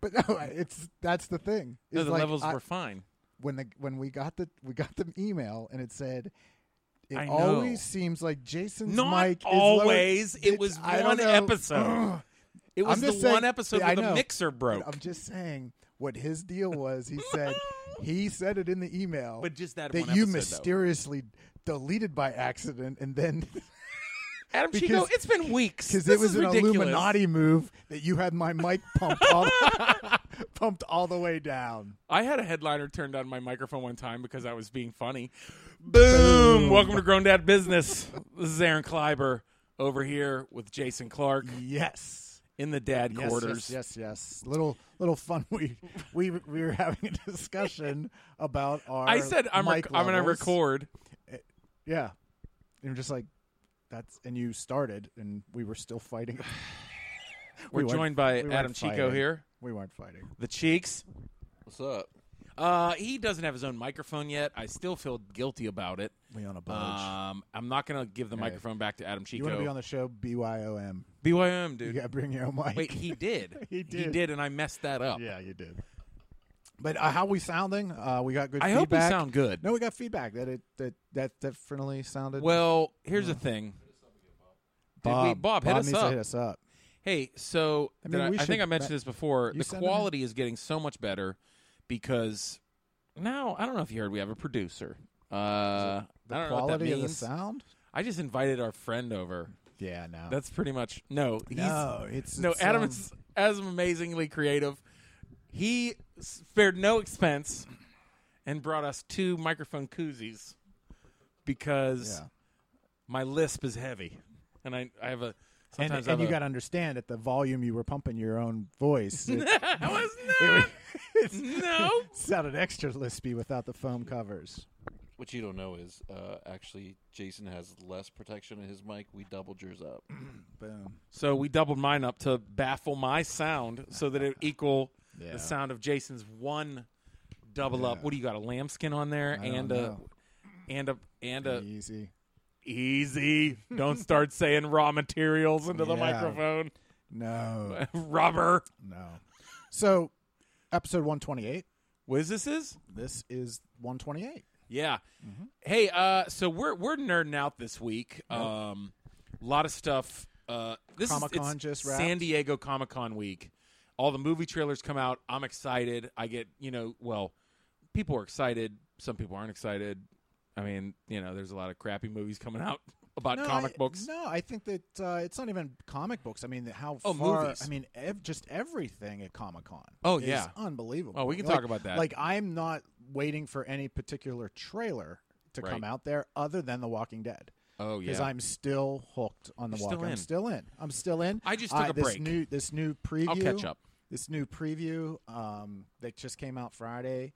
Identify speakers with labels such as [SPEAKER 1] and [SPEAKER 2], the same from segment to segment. [SPEAKER 1] But no, it's that's the thing.
[SPEAKER 2] No,
[SPEAKER 1] It's
[SPEAKER 2] the
[SPEAKER 1] like,
[SPEAKER 2] levels
[SPEAKER 1] I-
[SPEAKER 2] were fine.
[SPEAKER 1] when the when we got the we got the email and it said it
[SPEAKER 2] I know.
[SPEAKER 1] always seems like Jason's
[SPEAKER 2] Not
[SPEAKER 1] mic is lower-
[SPEAKER 2] always. It was
[SPEAKER 1] I don't
[SPEAKER 2] one
[SPEAKER 1] know.
[SPEAKER 2] episode. It was
[SPEAKER 1] I'm
[SPEAKER 2] the
[SPEAKER 1] just saying-
[SPEAKER 2] one episode
[SPEAKER 1] yeah, I
[SPEAKER 2] where the
[SPEAKER 1] know.
[SPEAKER 2] mixer broke.
[SPEAKER 1] I'm just saying what his deal was. He said he said it in the email,
[SPEAKER 2] But just that
[SPEAKER 1] that
[SPEAKER 2] one
[SPEAKER 1] you
[SPEAKER 2] episode, though.
[SPEAKER 1] mysteriously deleted by accident, and then
[SPEAKER 2] Adam
[SPEAKER 1] because-
[SPEAKER 2] Chico, it's been weeks.
[SPEAKER 1] because
[SPEAKER 2] This
[SPEAKER 1] it was
[SPEAKER 2] is
[SPEAKER 1] an
[SPEAKER 2] ridiculous.
[SPEAKER 1] Illuminati move that you had my mic pumped all pumped all the way down.
[SPEAKER 2] I had a headliner turned on my microphone one time because I was being funny. Boom! Welcome to Grown Dad Business. this is Aaron Kleiber over here with Jason Clark
[SPEAKER 1] Yes.
[SPEAKER 2] in the dad
[SPEAKER 1] Yes,
[SPEAKER 2] quarters.
[SPEAKER 1] Yes, yes, yes. Little little fun. We we we were having a discussion about our.
[SPEAKER 2] I said I'm
[SPEAKER 1] mic
[SPEAKER 2] rec- I'm gonna
[SPEAKER 1] levels.
[SPEAKER 2] record.
[SPEAKER 1] Yeah, and you're just like that's and you started and we were still fighting.
[SPEAKER 2] We're
[SPEAKER 1] We weren't-
[SPEAKER 2] joined by
[SPEAKER 1] we weren't
[SPEAKER 2] Adam Chico
[SPEAKER 1] fighting.
[SPEAKER 2] here.
[SPEAKER 1] We weren't fighting.
[SPEAKER 2] The cheeks.
[SPEAKER 3] What's up?
[SPEAKER 2] Uh, he doesn't have his own microphone yet. I still feel guilty about it.
[SPEAKER 1] We on a budge.
[SPEAKER 2] Um, I'm not gonna give the microphone back to Adam
[SPEAKER 1] you
[SPEAKER 2] Chico.
[SPEAKER 1] want to be on the show? BYOM.
[SPEAKER 2] BYM,
[SPEAKER 1] You
[SPEAKER 2] dude.
[SPEAKER 1] got to bring your own mic.
[SPEAKER 2] Wait, he did.
[SPEAKER 1] He
[SPEAKER 2] He
[SPEAKER 1] did.
[SPEAKER 2] did, and I messed that up.
[SPEAKER 1] Yeah, you did. But uh, how we sounding? Uh, we got good.
[SPEAKER 2] I hope we
[SPEAKER 1] feedback.
[SPEAKER 2] sound good.
[SPEAKER 1] No, we got feedback that it that that definitely sounded.
[SPEAKER 2] Well, here's the thing. Did
[SPEAKER 1] Bob,
[SPEAKER 2] we, Bob, hit us
[SPEAKER 1] needs to
[SPEAKER 2] up.
[SPEAKER 1] hit us up.
[SPEAKER 2] Hey, so
[SPEAKER 1] I
[SPEAKER 2] did
[SPEAKER 1] mean,
[SPEAKER 2] I,
[SPEAKER 1] we
[SPEAKER 2] I think
[SPEAKER 1] should-
[SPEAKER 2] I mentioned
[SPEAKER 1] that-
[SPEAKER 2] this before.
[SPEAKER 1] you
[SPEAKER 2] The
[SPEAKER 1] send him in?
[SPEAKER 2] quality is getting so much better because now I don't know if you heard we have a producer. Uh,
[SPEAKER 1] The
[SPEAKER 2] I don't know what that
[SPEAKER 1] quality
[SPEAKER 2] means.
[SPEAKER 1] of the sound.
[SPEAKER 2] I just invited our friend over.
[SPEAKER 1] Yeah, no.
[SPEAKER 2] That's pretty much no. He's,
[SPEAKER 1] no, it's
[SPEAKER 2] no.
[SPEAKER 1] it's,
[SPEAKER 2] Adam
[SPEAKER 1] um,
[SPEAKER 2] is as amazingly creative. He spared no expense and brought us two microphone koozies because
[SPEAKER 1] Yeah.
[SPEAKER 2] my lisp is heavy, and I I have a
[SPEAKER 1] And,
[SPEAKER 2] sometimes I
[SPEAKER 1] and
[SPEAKER 2] have
[SPEAKER 1] you
[SPEAKER 2] a-
[SPEAKER 1] got to understand at the volume you were pumping your own voice, it,
[SPEAKER 2] I was
[SPEAKER 1] it
[SPEAKER 2] not. no.
[SPEAKER 1] sounded extra lispy without the foam covers.
[SPEAKER 3] What you don't know is uh, actually Jason has less protection in his mic. We doubled yours up.
[SPEAKER 1] Boom.
[SPEAKER 2] So we doubled mine up to baffle my sound so that it equal
[SPEAKER 1] Yeah.
[SPEAKER 2] the sound of Jason's one double up. What do you got? A lambskin on there
[SPEAKER 1] I
[SPEAKER 2] and
[SPEAKER 1] don't
[SPEAKER 2] a,
[SPEAKER 1] know.
[SPEAKER 2] and a and a
[SPEAKER 1] Easy.
[SPEAKER 2] easy. Don't start saying raw materials into the
[SPEAKER 1] Yeah.
[SPEAKER 2] microphone.
[SPEAKER 1] No,
[SPEAKER 2] Rubber.
[SPEAKER 1] no. So, episode one twenty eight.
[SPEAKER 2] What is this is?
[SPEAKER 1] This is one twenty eight.
[SPEAKER 2] Yeah.
[SPEAKER 1] Mm-hmm.
[SPEAKER 2] Hey, uh, so we're we're nerding out this week. Um, a lot of stuff. Uh, this is
[SPEAKER 1] Comic-Con
[SPEAKER 2] it's
[SPEAKER 1] just wrapped.
[SPEAKER 2] San Diego Comic Con week. All the movie trailers come out. I'm excited. I get you know, well, people are excited. Some people aren't excited. I mean, you know, there's a lot of crappy movies coming out about Uh, comic
[SPEAKER 1] I,
[SPEAKER 2] books.
[SPEAKER 1] No, I think that uh, it's not even comic books. I mean, how
[SPEAKER 2] Oh,
[SPEAKER 1] far?
[SPEAKER 2] movies.
[SPEAKER 1] I mean, ev- just everything at Comic Con.
[SPEAKER 2] Oh, yeah.
[SPEAKER 1] unbelievable.
[SPEAKER 2] Oh, we can
[SPEAKER 1] Like-
[SPEAKER 2] talk about that.
[SPEAKER 1] Like, I'm not waiting for any particular trailer to
[SPEAKER 2] Right.
[SPEAKER 1] come out there, other than The Walking Dead,
[SPEAKER 2] oh
[SPEAKER 1] because
[SPEAKER 2] yeah.
[SPEAKER 1] I'm still hooked on The
[SPEAKER 2] You're
[SPEAKER 1] Walking.
[SPEAKER 2] still in.
[SPEAKER 1] I'm still in. I'm still in.
[SPEAKER 2] I just took
[SPEAKER 1] Uh,
[SPEAKER 2] a
[SPEAKER 1] this
[SPEAKER 2] break.
[SPEAKER 1] New, this new preview.
[SPEAKER 2] I'll catch up.
[SPEAKER 1] This new preview um, that just came out Friday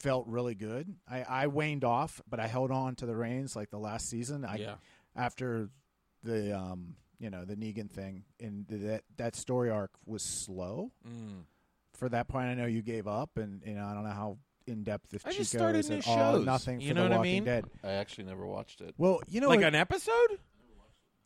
[SPEAKER 1] felt really good. I, I waned off, but I held on to the reins like the last season. I
[SPEAKER 2] Yeah.
[SPEAKER 1] after the um, you know the Negan thing and th- that that story arc was slow
[SPEAKER 2] Mm.
[SPEAKER 1] for that point. I know you gave up, and you know I don't know how in depth if
[SPEAKER 2] I
[SPEAKER 1] Chico
[SPEAKER 2] just started
[SPEAKER 1] is
[SPEAKER 2] new
[SPEAKER 1] at all,
[SPEAKER 2] shows.
[SPEAKER 1] Nothing
[SPEAKER 2] You
[SPEAKER 1] for
[SPEAKER 2] know
[SPEAKER 1] The
[SPEAKER 2] what I
[SPEAKER 1] Walking
[SPEAKER 2] mean?
[SPEAKER 1] Dead.
[SPEAKER 3] I actually never watched it.
[SPEAKER 1] Well, you know
[SPEAKER 2] like
[SPEAKER 1] what?
[SPEAKER 2] an episode?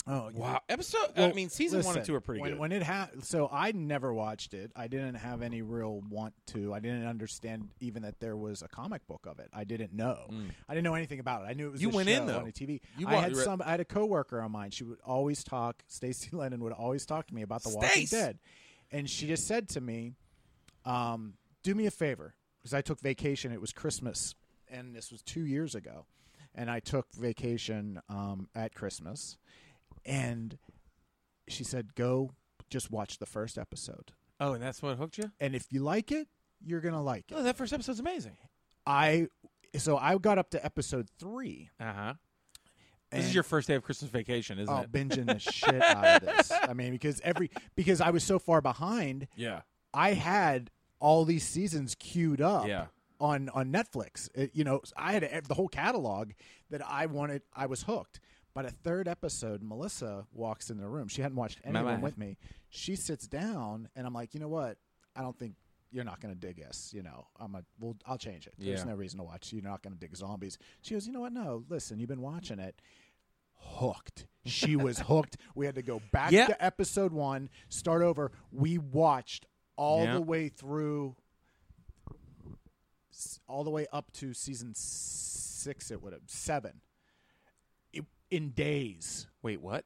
[SPEAKER 1] oh you-
[SPEAKER 2] Wow, episode. I
[SPEAKER 1] Well,
[SPEAKER 2] mean, season one
[SPEAKER 1] listen,
[SPEAKER 2] and two are pretty
[SPEAKER 1] when,
[SPEAKER 2] good.
[SPEAKER 1] When it ha- so I never watched it. I didn't have any real want to. I didn't understand even that there was a comic book of it. I didn't know. I didn't know anything about it. I knew it was
[SPEAKER 2] Mm. You
[SPEAKER 1] a
[SPEAKER 2] went in,
[SPEAKER 1] show
[SPEAKER 2] though.
[SPEAKER 1] on a TV.
[SPEAKER 2] You
[SPEAKER 1] I
[SPEAKER 2] wa-
[SPEAKER 1] had
[SPEAKER 2] you were-
[SPEAKER 1] some. I had a coworker of mine. She would always talk. Stacey Lennon would always talk to me about The Walking
[SPEAKER 2] Stace!
[SPEAKER 1] Dead, and she just said to me, um, "Do me a favor, because I took vacation. It was Christmas, and this was two years ago, and I took vacation um, at Christmas, and." she said, "Go just watch the first episode,
[SPEAKER 2] oh, and that's what hooked you.
[SPEAKER 1] and if you like it, you're gonna like it."
[SPEAKER 2] Oh, that first episode's amazing.
[SPEAKER 1] I so I got up to episode three.
[SPEAKER 2] Uh huh.
[SPEAKER 1] And,
[SPEAKER 2] This is your first day of Christmas vacation, isn't
[SPEAKER 1] oh,
[SPEAKER 2] it?
[SPEAKER 1] binging the shit out of this. I mean, because every because I was so far behind,
[SPEAKER 2] Yeah.
[SPEAKER 1] I had all these seasons queued up.
[SPEAKER 2] Yeah.
[SPEAKER 1] On, on Netflix, It- you know, I had ev- the whole catalog that I wanted. I was hooked. By the third episode, Melissa walks in the room. She hadn't watched
[SPEAKER 2] My
[SPEAKER 1] anyone
[SPEAKER 2] wife.
[SPEAKER 1] with me. She sits down, and I'm like, you know what? I don't think you're not going to dig this. You know, I'm a well, I'll change it. There's
[SPEAKER 2] Yeah.
[SPEAKER 1] no reason to watch. You're not going to dig zombies. She goes, you know what? No, listen, you've been watching it. Hooked. She was hooked. We had to go back
[SPEAKER 2] Yeah.
[SPEAKER 1] to episode one, start over. We watched all
[SPEAKER 2] Yeah.
[SPEAKER 1] the way through, s- all the way up to season six. It would have seven. It, in days,
[SPEAKER 2] Wait, what?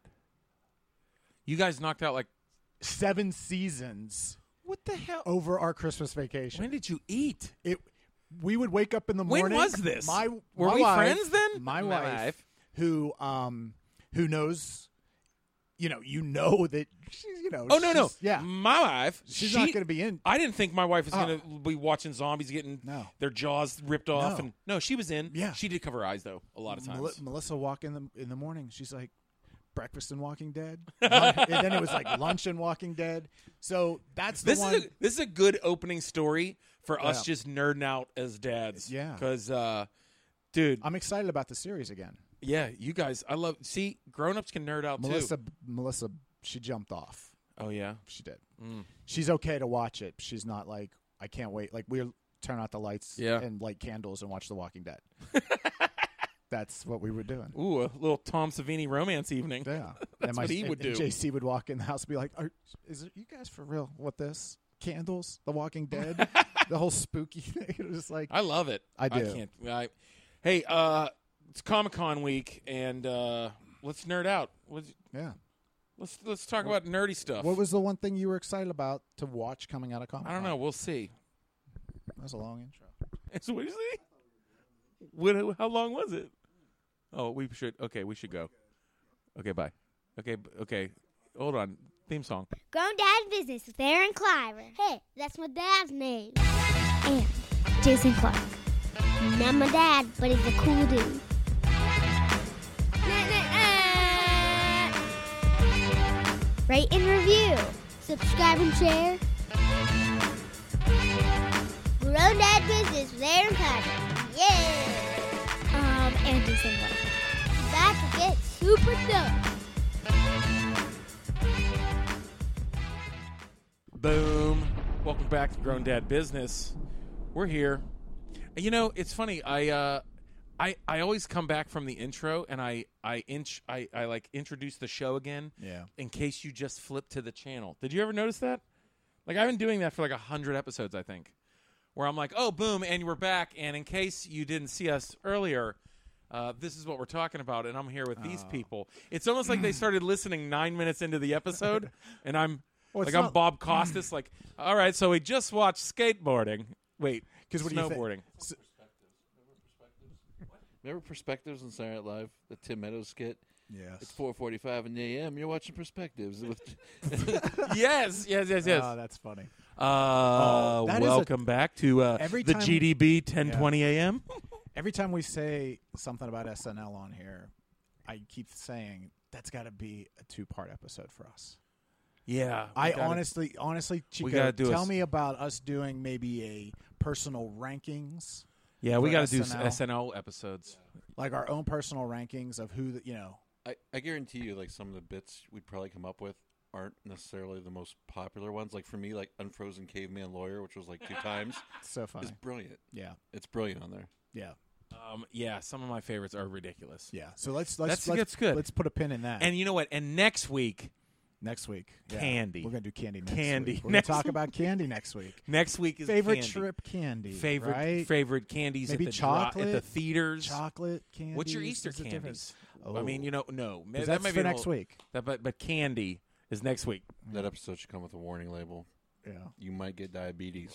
[SPEAKER 2] You guys knocked out like
[SPEAKER 1] seven seasons
[SPEAKER 2] what the hell?
[SPEAKER 1] over our Christmas vacation.
[SPEAKER 2] When did you eat?
[SPEAKER 1] it we would wake up in the
[SPEAKER 2] When
[SPEAKER 1] morning.
[SPEAKER 2] was this?
[SPEAKER 1] My
[SPEAKER 2] Were
[SPEAKER 1] my
[SPEAKER 2] we
[SPEAKER 1] wife-
[SPEAKER 2] friends then?
[SPEAKER 1] My
[SPEAKER 2] My
[SPEAKER 1] wife,
[SPEAKER 2] wife.
[SPEAKER 1] who um, who knows, you know, you know that she's, you know.
[SPEAKER 2] Oh no no
[SPEAKER 1] she's- yeah,
[SPEAKER 2] my wife.
[SPEAKER 1] she's
[SPEAKER 2] she,
[SPEAKER 1] not going to be in.
[SPEAKER 2] I didn't think my wife was
[SPEAKER 1] Oh.
[SPEAKER 2] going to be watching zombies getting
[SPEAKER 1] No.
[SPEAKER 2] their jaws ripped off,
[SPEAKER 1] No.
[SPEAKER 2] and no, she was in.
[SPEAKER 1] Yeah.
[SPEAKER 2] she did cover her eyes though a lot of times.
[SPEAKER 1] Mel- Melissa walk in the in the morning. She's like, breakfast and Walking Dead, Lun- and then it was like lunch and Walking Dead. So that's the
[SPEAKER 2] this
[SPEAKER 1] one.
[SPEAKER 2] is a, this is a good opening story for us
[SPEAKER 1] Yeah.
[SPEAKER 2] just nerding out as dads.
[SPEAKER 1] Yeah.
[SPEAKER 2] because uh, dude,
[SPEAKER 1] I'm excited about the series again.
[SPEAKER 2] yeah, you guys, I love. See, grown ups can nerd out
[SPEAKER 1] Melissa, Melissa, she jumped off.
[SPEAKER 2] too. Oh yeah,
[SPEAKER 1] She did.
[SPEAKER 2] Mm.
[SPEAKER 1] She's okay to watch it. She's not like I can't wait. Like we turn out the lights
[SPEAKER 2] Yeah.
[SPEAKER 1] and light candles and watch The Walking Dead. That's what we were doing.
[SPEAKER 2] ooh, a little Tom Savini romance evening.
[SPEAKER 1] Yeah,
[SPEAKER 2] That's what he would
[SPEAKER 1] and- and
[SPEAKER 2] do.
[SPEAKER 1] JC would walk in the house, and be like, Are, "Is it you guys for real with this candles, The Walking Dead, the whole spooky thing?" It was just like,
[SPEAKER 2] I love it.
[SPEAKER 1] I do.
[SPEAKER 2] can't. I, hey, uh, it's Comic Con week, and uh, let's nerd out. Let's
[SPEAKER 1] yeah.
[SPEAKER 2] let's, let's talk about nerdy stuff.
[SPEAKER 1] What was the one thing you were excited about to watch coming out of Comic?
[SPEAKER 2] I don't know. We'll see.
[SPEAKER 1] That was a long intro.
[SPEAKER 2] So what do you say? What, how long was it? Oh, we should. Okay, we should go. Okay, bye. Okay, b- okay. Hold on. Theme song.
[SPEAKER 4] Grown Dad Business with Aaron Cliver. Hey, that's my dad's name. And Jason Clark. Not my dad, but he's a cool dude. Rate and review. Subscribe and share. Grown Dad Business with Aaron Cliver. Yeah! Um, and Jason Clark. About to get super dope.
[SPEAKER 2] Boom. Welcome back to Grown Dad Business. We're here. You know, it's funny. I uh I I always come back from the intro and I I inch I I like introduce the show again
[SPEAKER 1] Yeah.
[SPEAKER 2] in case you just flip to the channel. Did you ever notice that? Like I've been doing that for like a 100 episodes, I think. Where I'm like, "Oh, boom, and we're back." And in case you didn't see us earlier, uh, this is what we're talking about, and I'm here with these
[SPEAKER 1] Oh.
[SPEAKER 2] people. It's almost like they started listening nine minutes into the episode, and I'm
[SPEAKER 1] Well,
[SPEAKER 2] like
[SPEAKER 1] it's
[SPEAKER 2] I'm
[SPEAKER 1] not-
[SPEAKER 2] Bob Costas. like, all right, so we just watched skateboarding. Wait,
[SPEAKER 1] Because what do you think?
[SPEAKER 2] snowboarding?
[SPEAKER 1] S-
[SPEAKER 3] Remember Perspectives on Saturday Night Live, the Tim Meadows skit. It's
[SPEAKER 1] Yes.
[SPEAKER 3] 4:45 in the a.m. You're watching Perspectives with
[SPEAKER 2] yes, yes, yes, yes.
[SPEAKER 1] Oh, that's funny.
[SPEAKER 2] Uh,
[SPEAKER 1] Oh, that is a-
[SPEAKER 2] welcome back to uh,
[SPEAKER 1] Every
[SPEAKER 2] the
[SPEAKER 1] time-
[SPEAKER 2] GDB 1020 a.m.
[SPEAKER 1] Every time we say something about SNL on here, I keep saying that's got to be a two-part episode for us.
[SPEAKER 2] yeah, we
[SPEAKER 1] I
[SPEAKER 2] gotta-
[SPEAKER 1] honestly, honestly, Chico,
[SPEAKER 2] gotta do a
[SPEAKER 1] tell
[SPEAKER 2] s-
[SPEAKER 1] me about us doing maybe a personal rankings,
[SPEAKER 2] yeah, we
[SPEAKER 1] for
[SPEAKER 2] got to do
[SPEAKER 1] SNL.
[SPEAKER 2] SNL episodes.
[SPEAKER 1] like our own personal rankings of who the, you know.
[SPEAKER 3] I, I guarantee you, like some of the bits we'd probably come up with aren't necessarily the most popular ones. Like for me, like Unfrozen Caveman Lawyer, which was like two times,
[SPEAKER 1] It's so
[SPEAKER 3] is
[SPEAKER 1] funny.
[SPEAKER 3] brilliant.
[SPEAKER 1] Yeah,
[SPEAKER 3] It's brilliant on there.
[SPEAKER 1] yeah,
[SPEAKER 2] Um, yeah, some of my favorites are ridiculous.
[SPEAKER 1] yeah. So let's let's
[SPEAKER 2] That's-
[SPEAKER 1] let's,
[SPEAKER 2] that's good.
[SPEAKER 1] Let's put a pin in that.
[SPEAKER 2] And you know what? And next week,
[SPEAKER 1] next week, yeah.
[SPEAKER 2] Candy.
[SPEAKER 1] We're gonna do candy. Next
[SPEAKER 2] Candy.
[SPEAKER 1] Week. We're
[SPEAKER 2] Next
[SPEAKER 1] gonna talk
[SPEAKER 2] week.
[SPEAKER 1] about candy next week.
[SPEAKER 2] next week is
[SPEAKER 1] Favorite
[SPEAKER 2] candy.
[SPEAKER 1] trip candy.
[SPEAKER 2] favorite
[SPEAKER 1] right?
[SPEAKER 2] favorite candies
[SPEAKER 1] Maybe
[SPEAKER 2] at the dri- at the
[SPEAKER 1] chocolate?
[SPEAKER 2] theaters.
[SPEAKER 1] chocolate candy.
[SPEAKER 2] What's your Easter candies? I mean, you know, no, ma- that
[SPEAKER 1] Oh. that's
[SPEAKER 2] might
[SPEAKER 1] for
[SPEAKER 2] be a
[SPEAKER 1] next
[SPEAKER 2] little-
[SPEAKER 1] week.
[SPEAKER 2] That, but but candy is next week.
[SPEAKER 3] That episode should come with a warning label.
[SPEAKER 1] Yeah,
[SPEAKER 3] You might get diabetes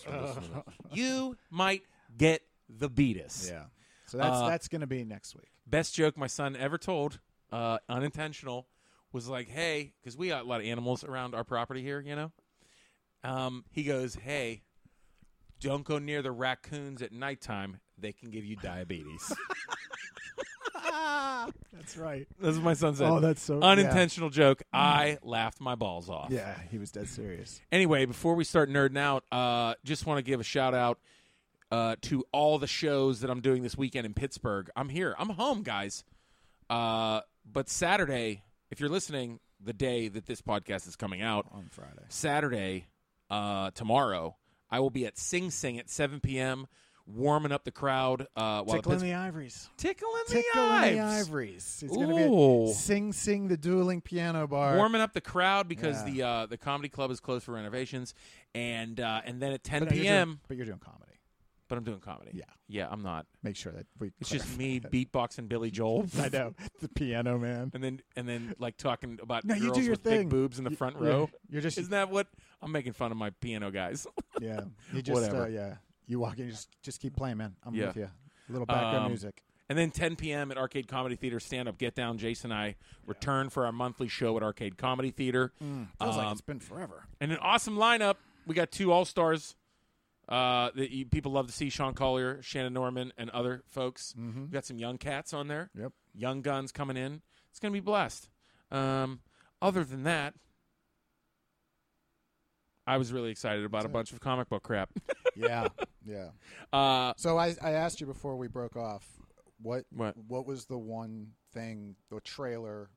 [SPEAKER 3] from listening to this.
[SPEAKER 2] you might get the beatus.
[SPEAKER 1] yeah. So that's
[SPEAKER 2] Uh,
[SPEAKER 1] that's gonna be next week.
[SPEAKER 2] Best joke my son ever told, uh, unintentional, was like, "Hey," because we got a lot of animals around our property here, you know. Um, he goes, "Hey, don't go near the raccoons at nighttime; they can give you diabetes."
[SPEAKER 1] That's right.
[SPEAKER 2] that's what my son said.
[SPEAKER 1] Oh, that's so- yeah. Mm.
[SPEAKER 2] unintentional joke. I laughed my balls off.
[SPEAKER 1] Yeah, he was dead serious.
[SPEAKER 2] Anyway, before we start nerding out, uh, just want to give a shout out uh, to all the shows that I'm doing this weekend in Pittsburgh. I'm here. I'm home, guys. Uh, but Saturday, if you're listening, the day that this podcast is coming out,
[SPEAKER 1] on Friday.
[SPEAKER 2] Saturday, uh, tomorrow, I will be at Sing Sing at 7 p.m. warming up the crowd uh, while
[SPEAKER 1] Tickling
[SPEAKER 2] the, Pitts-
[SPEAKER 1] the ivories.
[SPEAKER 2] tickling the
[SPEAKER 1] Tickling the
[SPEAKER 2] Ives.
[SPEAKER 1] ivories. He's going to
[SPEAKER 2] Ooh.
[SPEAKER 1] be sing sing the dueling piano bar.
[SPEAKER 2] warming up the crowd because
[SPEAKER 1] Yeah.
[SPEAKER 2] the uh, the comedy club is closed for renovations, and uh, and then at 10
[SPEAKER 1] But no, you're doing-
[SPEAKER 2] p.m.
[SPEAKER 1] but you're doing comedy.
[SPEAKER 2] but I'm doing comedy.
[SPEAKER 1] Yeah.
[SPEAKER 2] yeah, I'm not.
[SPEAKER 1] Make sure that we.
[SPEAKER 2] It's just
[SPEAKER 1] clarify
[SPEAKER 2] me
[SPEAKER 1] that.
[SPEAKER 2] beatboxing Billy Joel.
[SPEAKER 1] I know the piano man.
[SPEAKER 2] And then and then like talking about
[SPEAKER 1] No, you
[SPEAKER 2] girls
[SPEAKER 1] do your
[SPEAKER 2] with
[SPEAKER 1] thing.
[SPEAKER 2] big boobs in the
[SPEAKER 1] Y-
[SPEAKER 2] front
[SPEAKER 1] yeah.
[SPEAKER 2] row.
[SPEAKER 1] You're just
[SPEAKER 2] Isn't that what I'm making fun of my piano guys?
[SPEAKER 1] yeah. You just Uh,
[SPEAKER 2] Whatever.
[SPEAKER 1] yeah. You walk in, you just just keep playing, man. I'm
[SPEAKER 2] Yeah.
[SPEAKER 1] with you. A little background
[SPEAKER 2] Um,
[SPEAKER 1] music.
[SPEAKER 2] And then 10 p.m. at Arcade Comedy Theater stand up, get down. Jason and I return for our monthly show at Arcade Comedy Theater.
[SPEAKER 1] Mm. Hmm. Feels like
[SPEAKER 2] um,
[SPEAKER 1] it's been forever.
[SPEAKER 2] and an awesome lineup. We got two all stars uh, that you, people love to see: Sean Collier, Shannon Norman, and other folks. We got some young cats on there.
[SPEAKER 1] Yep.
[SPEAKER 2] Young guns coming in. It's gonna be blessed. Um, other than that, I was really excited about a bunch of comic book crap.
[SPEAKER 1] yeah, yeah.
[SPEAKER 2] uh,
[SPEAKER 1] So I, I asked you before we broke off what,
[SPEAKER 2] What?
[SPEAKER 1] was the one thing the trailer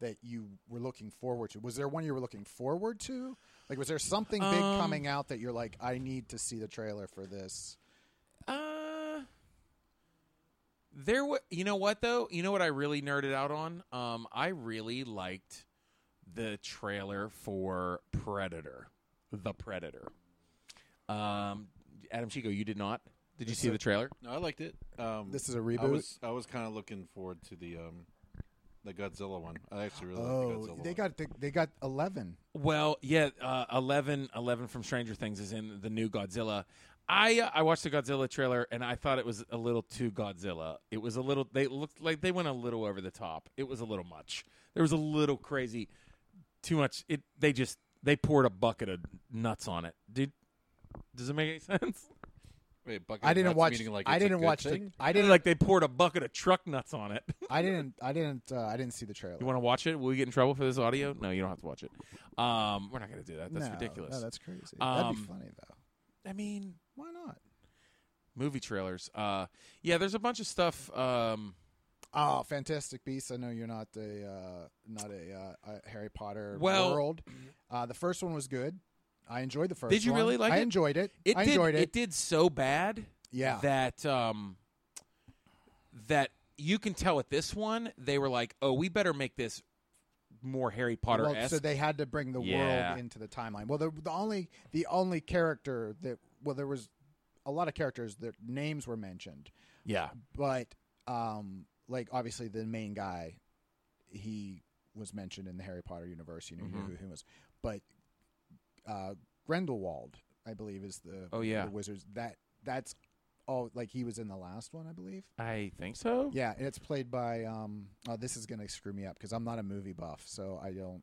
[SPEAKER 1] that you were looking forward to? Was there one you were looking forward to? Like was there something big
[SPEAKER 2] Um,
[SPEAKER 1] coming out that you're like I need to see the trailer for this?
[SPEAKER 2] Uh, there wa you know what though? You know what I really nerded out on? Um, I really liked the trailer for Predator, the Predator. Um, Adam Chico, you did not. Did you see the trailer?
[SPEAKER 3] No, I liked it. Um,
[SPEAKER 1] This is a
[SPEAKER 3] I
[SPEAKER 1] reboot?
[SPEAKER 3] was I was kind of looking forward to the um, the Godzilla one. I actually really like the
[SPEAKER 1] Oh,
[SPEAKER 3] Godzilla.
[SPEAKER 1] they
[SPEAKER 3] one.
[SPEAKER 1] got the, they got 11.
[SPEAKER 2] Well, yeah, uh, 11, 11 from Stranger Things is in the new Godzilla. I uh, I watched the Godzilla trailer and I thought it was a little too Godzilla. It was a little they looked like they went a little over the top. It was a little much. There was a little crazy, too much. It they just they poured a bucket of nuts on it. Did does it make any sense?
[SPEAKER 3] Wait, bucket
[SPEAKER 1] I
[SPEAKER 3] of
[SPEAKER 1] didn't
[SPEAKER 3] nuts,
[SPEAKER 1] watch
[SPEAKER 3] meaning, Like
[SPEAKER 1] I
[SPEAKER 3] it's a
[SPEAKER 1] didn't
[SPEAKER 3] good
[SPEAKER 1] watch
[SPEAKER 3] thing?
[SPEAKER 1] the I didn't
[SPEAKER 2] like they poured a bucket of truck nuts on it.
[SPEAKER 1] I didn't I didn't uh, I didn't see the trailer.
[SPEAKER 2] you want to watch it? Will we get in trouble for this audio? No, you don't have to watch it. Um, we're not going to do that. That's
[SPEAKER 1] No,
[SPEAKER 2] ridiculous.
[SPEAKER 1] No, that's crazy. That'd be
[SPEAKER 2] Um,
[SPEAKER 1] funny though.
[SPEAKER 2] I mean,
[SPEAKER 1] Why not?
[SPEAKER 2] movie trailers. Uh, yeah, there's a bunch of stuff. Um,
[SPEAKER 1] Oh, Fantastic Beasts! I know you're not a uh, not a, uh, a Harry Potter
[SPEAKER 2] Well-
[SPEAKER 1] world. Uh, the first one was good. I enjoyed the first.
[SPEAKER 2] Did you
[SPEAKER 1] one.
[SPEAKER 2] really like
[SPEAKER 1] I
[SPEAKER 2] it?
[SPEAKER 1] enjoyed it.
[SPEAKER 2] it
[SPEAKER 1] I
[SPEAKER 2] did,
[SPEAKER 1] enjoyed it.
[SPEAKER 2] did so bad.
[SPEAKER 1] Yeah.
[SPEAKER 2] That um, that you can tell with this one, they were like, oh, we better make this more Harry Potter
[SPEAKER 1] Well,
[SPEAKER 2] esque.
[SPEAKER 1] so they had to bring the
[SPEAKER 2] Yeah.
[SPEAKER 1] world into the timeline. Well, the, the only the only character that well, there was a lot of characters. Their names were mentioned,
[SPEAKER 2] yeah.
[SPEAKER 1] but um, like obviously the main guy, he was mentioned in the Harry Potter universe. You knew
[SPEAKER 2] Mm-hmm.
[SPEAKER 1] who he was, but uh, Grendelwald, I believe, is the
[SPEAKER 2] Oh, yeah.
[SPEAKER 1] the wizards that that's all like he was in the last one, I believe.
[SPEAKER 2] I think so.
[SPEAKER 1] Yeah, and it's played by um. Oh, this is gonna screw me up because I'm not a movie buff, so I don't.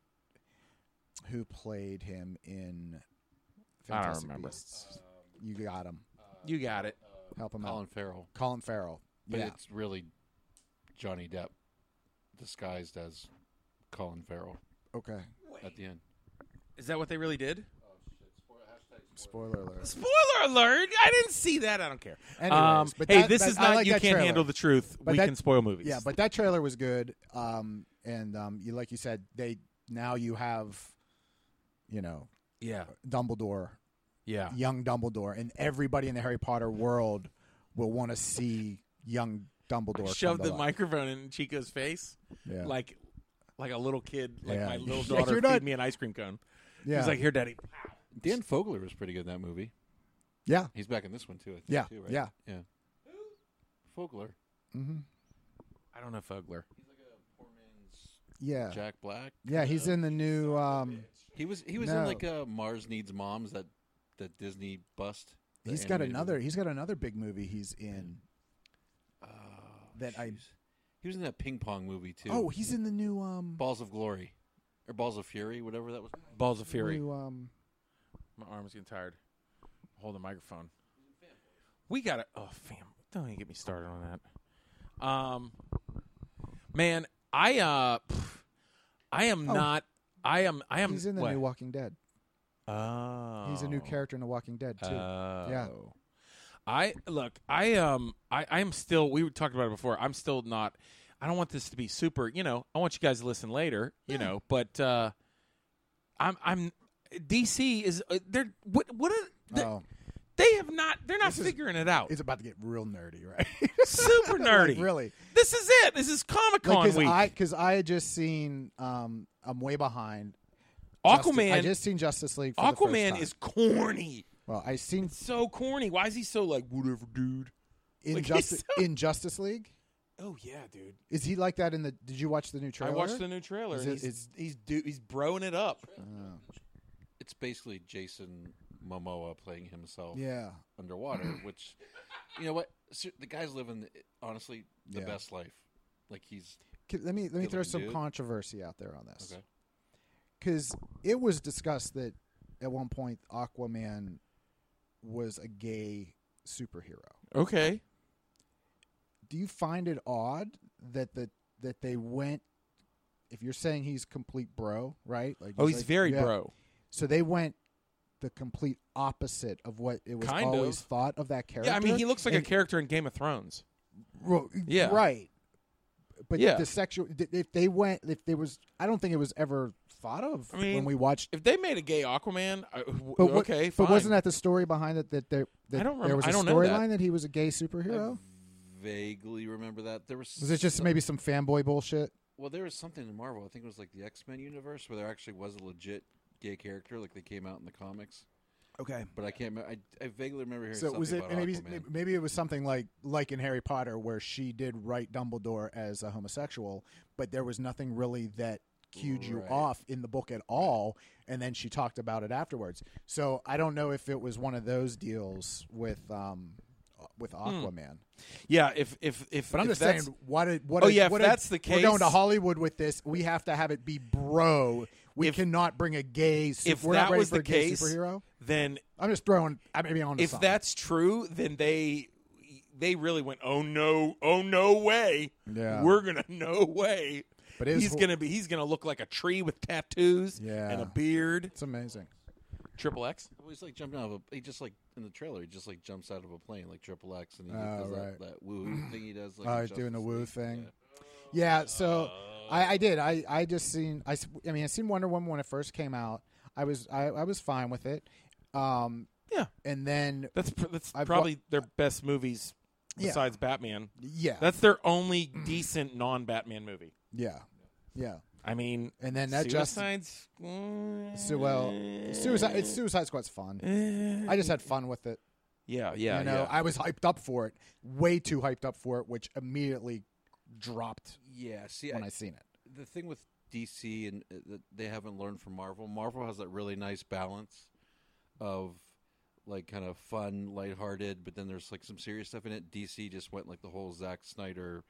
[SPEAKER 1] Who played him in?
[SPEAKER 2] I don't
[SPEAKER 1] Fantastic
[SPEAKER 2] remember.
[SPEAKER 1] Beasts? You got him.
[SPEAKER 2] You got it.
[SPEAKER 1] Help him
[SPEAKER 3] Colin
[SPEAKER 1] out.
[SPEAKER 3] Farrell,
[SPEAKER 1] Colin Farrell.
[SPEAKER 3] but
[SPEAKER 1] yeah.
[SPEAKER 3] it's really Johnny Depp disguised as Colin Farrell
[SPEAKER 1] Okay.
[SPEAKER 3] at the end.
[SPEAKER 2] Is that what they really did?
[SPEAKER 1] Spoiler alert.
[SPEAKER 2] Spoiler alert! I didn't see that. I don't care.
[SPEAKER 1] Anyways,
[SPEAKER 2] um,
[SPEAKER 1] but
[SPEAKER 2] hey,
[SPEAKER 1] that-
[SPEAKER 2] this
[SPEAKER 1] that-
[SPEAKER 2] is
[SPEAKER 1] I
[SPEAKER 2] not.
[SPEAKER 1] like
[SPEAKER 2] you
[SPEAKER 1] that
[SPEAKER 2] can't
[SPEAKER 1] trailer.
[SPEAKER 2] handle the truth.
[SPEAKER 1] But
[SPEAKER 2] we
[SPEAKER 1] that-
[SPEAKER 2] can spoil movies.
[SPEAKER 1] Yeah, but that trailer was good. Um, and um, you like you said, they now you have, you know,
[SPEAKER 2] yeah,
[SPEAKER 1] Dumbledore,
[SPEAKER 2] yeah.
[SPEAKER 1] young Dumbledore, and everybody in the Harry Potter world will want to see young Dumbledore. come
[SPEAKER 2] Shove
[SPEAKER 1] to
[SPEAKER 2] the
[SPEAKER 1] life.
[SPEAKER 2] microphone in Chico's face,
[SPEAKER 1] Yeah.
[SPEAKER 2] like like a little kid, like
[SPEAKER 1] Yeah.
[SPEAKER 2] my little
[SPEAKER 1] Yeah,
[SPEAKER 2] daughter
[SPEAKER 1] you're
[SPEAKER 2] feed
[SPEAKER 1] not-
[SPEAKER 2] me an ice cream cone.
[SPEAKER 1] Yeah,
[SPEAKER 2] He's like, "Here, Daddy."
[SPEAKER 3] Dan Fogler was pretty good in that movie.
[SPEAKER 1] yeah,
[SPEAKER 3] He's back in this one too. I think,
[SPEAKER 1] Yeah,
[SPEAKER 3] too, right?
[SPEAKER 1] yeah.
[SPEAKER 3] yeah. Fogler.
[SPEAKER 2] I don't know Fogler.
[SPEAKER 3] He's like a poor man's
[SPEAKER 1] yeah,
[SPEAKER 3] Jack Black. Uh,
[SPEAKER 1] yeah. He's in the new. Um,
[SPEAKER 3] He was he was
[SPEAKER 1] No.
[SPEAKER 3] in like uh, Mars Needs Moms that that Disney bust. the
[SPEAKER 1] he's got
[SPEAKER 3] animated
[SPEAKER 1] another.
[SPEAKER 3] movie.
[SPEAKER 1] He's got another big movie. He's in
[SPEAKER 2] Oh,
[SPEAKER 1] that I.
[SPEAKER 3] Jeez. He was in that ping pong movie too.
[SPEAKER 1] Oh, he's in the new. Um,
[SPEAKER 3] Balls of Glory or Balls of Fury, whatever that was.
[SPEAKER 2] Balls of Fury.
[SPEAKER 1] new, um,
[SPEAKER 2] My arm's getting tired. Hold the microphone. We got to Oh, fam. Don't even get me started on that. Um, man, I uh, pff, I am
[SPEAKER 1] Oh.
[SPEAKER 2] not. I am. I am.
[SPEAKER 1] he's in the
[SPEAKER 2] what?
[SPEAKER 1] new Walking Dead.
[SPEAKER 2] Oh,
[SPEAKER 1] He's a new character in The Walking Dead too. yeah.
[SPEAKER 2] Oh. I look, I um I I am still we were talking about it before. I'm still not I don't want this to be super, you know, I want you guys to listen later, you know, but uh I'm I'm DC is uh, they're what what are, they,
[SPEAKER 1] Oh.
[SPEAKER 2] they have not they're not
[SPEAKER 1] This is-
[SPEAKER 2] figuring it out.
[SPEAKER 1] It's about to get real nerdy, right?
[SPEAKER 2] super nerdy.
[SPEAKER 1] Like, really.
[SPEAKER 2] This is it. This is Comic Con
[SPEAKER 1] Because
[SPEAKER 2] week.
[SPEAKER 1] I, 'cause I had just seen um, I'm Way Behind. Justi- I
[SPEAKER 2] Aquaman.
[SPEAKER 1] just seen Justice League. For the first
[SPEAKER 2] Aquaman
[SPEAKER 1] time.
[SPEAKER 2] is corny.
[SPEAKER 1] well. I seen
[SPEAKER 2] So corny. Why is he so like whatever, dude?
[SPEAKER 1] in
[SPEAKER 2] like, he's
[SPEAKER 1] Justice
[SPEAKER 2] so-
[SPEAKER 1] in Justice League.
[SPEAKER 2] Oh yeah, dude.
[SPEAKER 1] Is he like that in the? Did you watch the new trailer?
[SPEAKER 2] I watched the new trailer.
[SPEAKER 1] Is
[SPEAKER 2] and
[SPEAKER 1] it-
[SPEAKER 2] he's he's do, he's broing it up.
[SPEAKER 1] Oh,
[SPEAKER 3] It's basically Jason Momoa playing himself
[SPEAKER 1] Yeah,
[SPEAKER 3] underwater, which you know what Ser- the guy's living honestly the
[SPEAKER 1] Yeah.
[SPEAKER 3] best life. Like he's
[SPEAKER 1] K- let me let me
[SPEAKER 3] Good
[SPEAKER 1] throw
[SPEAKER 3] looking
[SPEAKER 1] some
[SPEAKER 3] dude.
[SPEAKER 1] controversy out there on this
[SPEAKER 3] okay.
[SPEAKER 1] because it was discussed that at one point Aquaman was a gay superhero.
[SPEAKER 2] Okay.
[SPEAKER 1] Do you find it odd that the that they went? If you're saying he's complete bro, right? Like
[SPEAKER 2] Oh, he's
[SPEAKER 1] like-
[SPEAKER 2] very
[SPEAKER 1] yeah.
[SPEAKER 2] bro.
[SPEAKER 1] So they went the complete opposite of what it was
[SPEAKER 2] Kind
[SPEAKER 1] always
[SPEAKER 2] of.
[SPEAKER 1] thought of that character.
[SPEAKER 2] Yeah, I mean, he looks like a
[SPEAKER 1] And-
[SPEAKER 2] character in Game of Thrones.
[SPEAKER 1] Ro-
[SPEAKER 2] Yeah.
[SPEAKER 1] Right. But
[SPEAKER 2] Yeah.
[SPEAKER 1] the sexual, th- if they went, if there was, I don't think it was ever thought of
[SPEAKER 2] I mean,
[SPEAKER 1] when we watched.
[SPEAKER 2] If they made a gay Aquaman, I,
[SPEAKER 1] But what-
[SPEAKER 2] okay,
[SPEAKER 1] but
[SPEAKER 2] fine.
[SPEAKER 1] wasn't that the story behind it that there that
[SPEAKER 2] I don't remem-
[SPEAKER 1] there was a
[SPEAKER 2] I don't know that.
[SPEAKER 1] storyline that. he was a gay superhero?
[SPEAKER 3] vaguely remember that there was
[SPEAKER 1] Was it just
[SPEAKER 3] some-
[SPEAKER 1] maybe some fanboy bullshit?
[SPEAKER 3] well there was something in Marvel I think it was like the X Men universe where there actually was a legit gay character like they came out in the comics
[SPEAKER 1] Okay.
[SPEAKER 3] but I can't remember I, I vaguely remember hearing
[SPEAKER 1] So
[SPEAKER 3] something
[SPEAKER 1] was it
[SPEAKER 3] about
[SPEAKER 1] maybe
[SPEAKER 3] Aquaman.
[SPEAKER 1] maybe it was something like like in Harry Potter where she did write Dumbledore as a homosexual, but there was nothing really that cued you
[SPEAKER 3] Right.
[SPEAKER 1] off in the book at all, and then she talked about it afterwards. So I don't know if it was one of those deals with um with
[SPEAKER 2] Hmm.
[SPEAKER 1] Aquaman.
[SPEAKER 2] yeah, if if if
[SPEAKER 1] But I'm
[SPEAKER 2] if
[SPEAKER 1] just
[SPEAKER 2] that's-
[SPEAKER 1] saying what a, what
[SPEAKER 2] Oh,
[SPEAKER 1] a,
[SPEAKER 2] yeah, if
[SPEAKER 1] what a-
[SPEAKER 2] that's the
[SPEAKER 1] we're going to
[SPEAKER 2] case-
[SPEAKER 1] Hollywood with this. We have to have it be bro. We
[SPEAKER 2] If-
[SPEAKER 1] cannot bring a gay. su-
[SPEAKER 2] if
[SPEAKER 1] we're
[SPEAKER 2] that
[SPEAKER 1] not ready
[SPEAKER 2] was
[SPEAKER 1] for
[SPEAKER 2] the
[SPEAKER 1] a gay
[SPEAKER 2] case,
[SPEAKER 1] superhero.
[SPEAKER 2] then
[SPEAKER 1] I'm just throwing. I maybe on
[SPEAKER 2] if
[SPEAKER 1] something.
[SPEAKER 2] that's true, then they they really went, oh no, oh no way,
[SPEAKER 1] Yeah.
[SPEAKER 2] we're gonna no way.
[SPEAKER 1] But it was
[SPEAKER 2] he's
[SPEAKER 1] hor-
[SPEAKER 2] gonna be he's gonna look like a tree with tattoos
[SPEAKER 1] Yeah.
[SPEAKER 2] and a beard.
[SPEAKER 1] it's amazing.
[SPEAKER 2] Triple X.
[SPEAKER 3] Well, he's like jumping out of a. He just like in the trailer, he just like jumps out of a plane, like triple X, and he
[SPEAKER 1] Oh,
[SPEAKER 3] does
[SPEAKER 1] right.
[SPEAKER 3] that, that woo thing he does. Like
[SPEAKER 1] Oh,
[SPEAKER 3] in
[SPEAKER 1] he's doing the
[SPEAKER 3] Justice
[SPEAKER 1] woo
[SPEAKER 3] League. Uh,
[SPEAKER 1] thing. Yeah, so I, I did. I, I just seen I, s- I mean I seen Wonder Woman when it first came out. I was I, I was fine with it. Um,
[SPEAKER 2] Yeah,
[SPEAKER 1] and then
[SPEAKER 2] that's pr- that's
[SPEAKER 1] I've wa-
[SPEAKER 2] probably their best movies
[SPEAKER 1] Yeah.
[SPEAKER 2] besides Batman.
[SPEAKER 1] yeah,
[SPEAKER 2] That's their only decent non-Batman movie.
[SPEAKER 1] yeah, yeah.
[SPEAKER 2] I mean,
[SPEAKER 1] And then that just
[SPEAKER 2] Suicide's
[SPEAKER 1] so well suicide. It's Suicide Squad's fun.
[SPEAKER 2] Eh,
[SPEAKER 1] I just had fun with it.
[SPEAKER 2] yeah, yeah,
[SPEAKER 1] you know,
[SPEAKER 2] yeah.
[SPEAKER 1] I was hyped up for it, way too hyped up for it, which immediately dropped
[SPEAKER 3] Yeah, see,
[SPEAKER 1] when
[SPEAKER 3] I-
[SPEAKER 1] I seen it.
[SPEAKER 3] the thing with DC and uh, that they haven't learned from Marvel. Marvel has that really nice balance of like kind of fun, lighthearted, but then there's like some serious stuff in it. DC just went like the whole Zack Snyder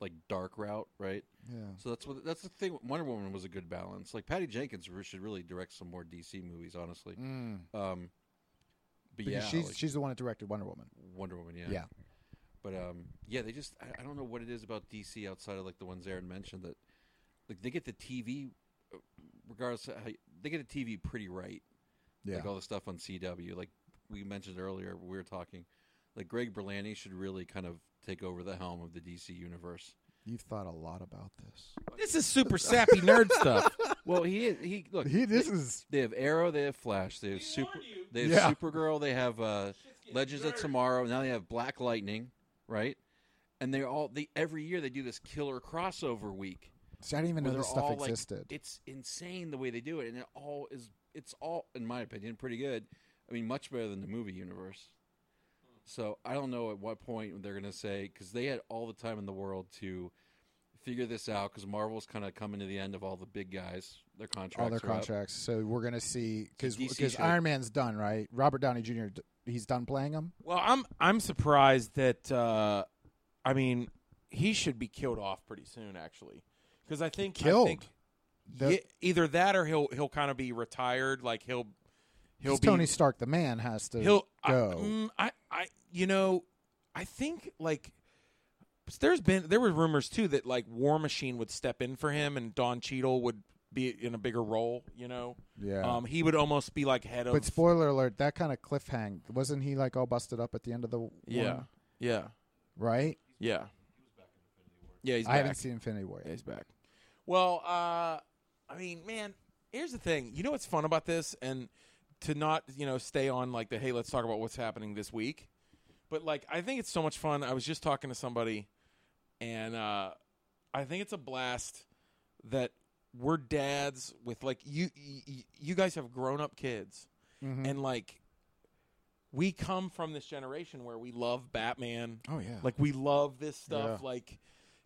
[SPEAKER 3] like dark route, right?
[SPEAKER 1] Yeah.
[SPEAKER 3] So that's what that's the thing. Wonder Woman was a good balance. Like Patty Jenkins re- should really direct some more DC movies, honestly.
[SPEAKER 1] Mm.
[SPEAKER 3] Um, but
[SPEAKER 1] Because
[SPEAKER 3] yeah,
[SPEAKER 1] she's
[SPEAKER 3] like
[SPEAKER 1] she's the one that directed Wonder Woman.
[SPEAKER 3] Wonder Woman, yeah.
[SPEAKER 1] Yeah.
[SPEAKER 3] But um, yeah, they just I, I don't know what it is about DC outside of like the ones Aaron mentioned that like they get the TV, uh, regardless of how you, they get the TV pretty right.
[SPEAKER 1] Yeah.
[SPEAKER 3] Like all the stuff on CW, like we mentioned earlier, we were talking. Like Greg Berlanti should really kind of take over the helm of the DC universe.
[SPEAKER 1] You've thought a lot about this.
[SPEAKER 2] this is super sappy nerd stuff.
[SPEAKER 3] Well, he is, he look.
[SPEAKER 1] He, this is
[SPEAKER 3] They have Arrow, they have Flash, they have Super, they have
[SPEAKER 1] Yeah.
[SPEAKER 3] Supergirl, they have uh, Legends of Tomorrow. Now they have Black Lightning, right? And they all they every year they do this killer crossover week.
[SPEAKER 1] See, I didn't even
[SPEAKER 3] where
[SPEAKER 1] know this
[SPEAKER 3] they're
[SPEAKER 1] stuff
[SPEAKER 3] all, like-
[SPEAKER 1] existed.
[SPEAKER 3] it's insane the way they do it, and it all is it's all in my opinion pretty good. I mean, much better than the movie universe. So I don't know at what point they're going to say because they had all the time in the world to figure this out because Marvel's kind of coming to the end of all the big guys. Their contracts,
[SPEAKER 1] all their
[SPEAKER 3] are up.
[SPEAKER 1] contracts. So we're gonna see because
[SPEAKER 3] DC should-
[SPEAKER 1] Iron Man's done right. Robert Downey Jr. d- He's done playing him.
[SPEAKER 2] Well, I'm I'm surprised that uh, I mean he should be killed off pretty soon, actually, because I think I
[SPEAKER 1] Killed?
[SPEAKER 2] think
[SPEAKER 1] The-
[SPEAKER 2] ye- either that or he'll he'll kind of be retired, like he'll he'll
[SPEAKER 1] 'Cause
[SPEAKER 2] be
[SPEAKER 1] Tony Stark, the man, has to
[SPEAKER 2] he'll I,
[SPEAKER 1] go.
[SPEAKER 2] mm, I I you know I think like there's been there were rumors too that like War Machine would step in for him and Don Cheadle would be in a bigger role, you know.
[SPEAKER 1] yeah.
[SPEAKER 2] Um, he would almost be like head of
[SPEAKER 1] but spoiler alert: that kind of cliffhang wasn't he like all busted up at the end of the one,
[SPEAKER 2] yeah yeah
[SPEAKER 1] right?
[SPEAKER 2] yeah yeah he's
[SPEAKER 1] I haven't
[SPEAKER 2] back.
[SPEAKER 1] seen Infinity War.
[SPEAKER 2] Yeah,
[SPEAKER 1] Yet.
[SPEAKER 2] he's back. Well, uh, I mean, man, here's the thing. You know what's fun about this? And to not you know stay on like the hey let's talk about what's happening this week but like i think it's so much fun i was just talking to somebody and uh i think it's a blast that we're dads with like you you, you guys have grown up kids
[SPEAKER 1] Mhm.
[SPEAKER 2] and like we come from this generation where we love batman
[SPEAKER 1] oh yeah,
[SPEAKER 2] like we love this stuff like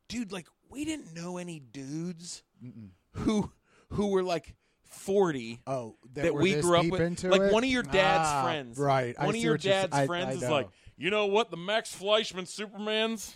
[SPEAKER 2] dude like we didn't know any dudes
[SPEAKER 1] Mm-mm.
[SPEAKER 2] who who were like 40
[SPEAKER 1] oh, that,
[SPEAKER 2] that
[SPEAKER 1] we're
[SPEAKER 2] we
[SPEAKER 1] this
[SPEAKER 2] grew up
[SPEAKER 1] deep
[SPEAKER 2] with.
[SPEAKER 1] into
[SPEAKER 2] like
[SPEAKER 1] it?
[SPEAKER 2] one of your dad's
[SPEAKER 1] Ah,
[SPEAKER 2] friends,
[SPEAKER 1] right? I
[SPEAKER 2] One of
[SPEAKER 1] see
[SPEAKER 2] your
[SPEAKER 1] what you're s-
[SPEAKER 2] dad's
[SPEAKER 1] I- I
[SPEAKER 2] friends is
[SPEAKER 1] know.
[SPEAKER 2] like, you know what? The Max Fleischman Supermans,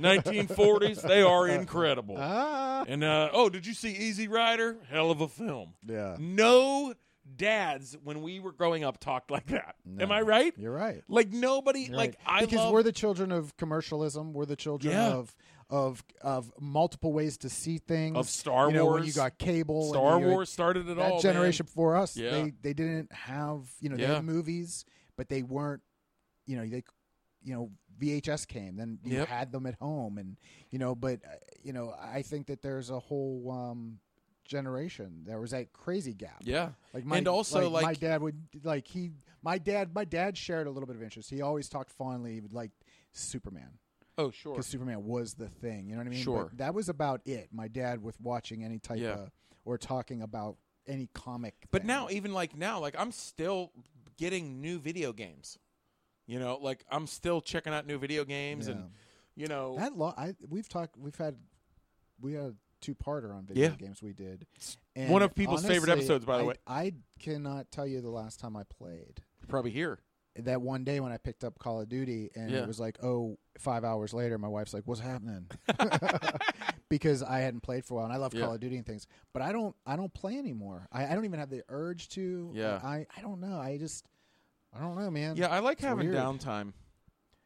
[SPEAKER 2] 1940s, they are incredible.
[SPEAKER 1] ah,
[SPEAKER 2] and uh, oh, did you see Easy Rider? Hell of a film.
[SPEAKER 1] yeah.
[SPEAKER 2] No dads when we were growing up talked like that.
[SPEAKER 1] No.
[SPEAKER 2] Am I right?
[SPEAKER 1] You're right.
[SPEAKER 2] Like nobody.
[SPEAKER 1] You're
[SPEAKER 2] Like
[SPEAKER 1] right.
[SPEAKER 2] I
[SPEAKER 1] because
[SPEAKER 2] love.
[SPEAKER 1] we're the children of commercialism. We're the children
[SPEAKER 2] Yeah.
[SPEAKER 1] of of of multiple ways to see things
[SPEAKER 2] Of Star
[SPEAKER 1] You know, when you
[SPEAKER 2] Wars.
[SPEAKER 1] got cable, and
[SPEAKER 2] Star
[SPEAKER 1] you-
[SPEAKER 2] Wars started it
[SPEAKER 1] that
[SPEAKER 2] all.
[SPEAKER 1] generation before us,
[SPEAKER 2] Yeah.
[SPEAKER 1] they they didn't have you know they
[SPEAKER 2] Yeah.
[SPEAKER 1] had movies, but they weren't you know they you know VHS came, then you
[SPEAKER 2] Yep.
[SPEAKER 1] had them at home, and you know but uh, you know I think that there's a whole um generation there was that crazy gap.
[SPEAKER 2] Man. Yeah.
[SPEAKER 1] Like my,
[SPEAKER 2] And also,
[SPEAKER 1] my
[SPEAKER 2] like-
[SPEAKER 1] dad would like he my dad my dad shared a little bit of interest. He always talked fondly like Superman
[SPEAKER 2] Oh sure.
[SPEAKER 1] because Superman was the thing. You know what I mean?
[SPEAKER 2] Sure.
[SPEAKER 1] But that was about it. My dad with watching any type
[SPEAKER 2] Yeah.
[SPEAKER 1] of or talking about any comic.
[SPEAKER 2] But
[SPEAKER 1] thing.
[SPEAKER 2] now, even like now, like I'm still getting new video games. You know, like I'm still checking out new video games, and you know,
[SPEAKER 1] that law, I we've talked, we've had, we had a two-parter on video
[SPEAKER 2] Yeah.
[SPEAKER 1] games we did.
[SPEAKER 2] It's
[SPEAKER 1] And
[SPEAKER 2] one of people's favorite
[SPEAKER 1] honestly,
[SPEAKER 2] episodes, by the
[SPEAKER 1] I-
[SPEAKER 2] way.
[SPEAKER 1] I cannot tell you the last time I played.
[SPEAKER 2] probably here.
[SPEAKER 1] That one day when I picked up Call of Duty, and
[SPEAKER 2] Yeah.
[SPEAKER 1] it was like, oh, five hours later, my wife's like, "What's happening?" because I hadn't played for a while, and I love
[SPEAKER 2] Yeah.
[SPEAKER 1] Call of Duty and things, but I don't, I don't play anymore. I, I don't even have the urge to.
[SPEAKER 2] Yeah.
[SPEAKER 1] I, I don't know. I just, I don't know, man.
[SPEAKER 2] Yeah, I like
[SPEAKER 1] It's
[SPEAKER 2] having
[SPEAKER 1] weird.
[SPEAKER 2] downtime.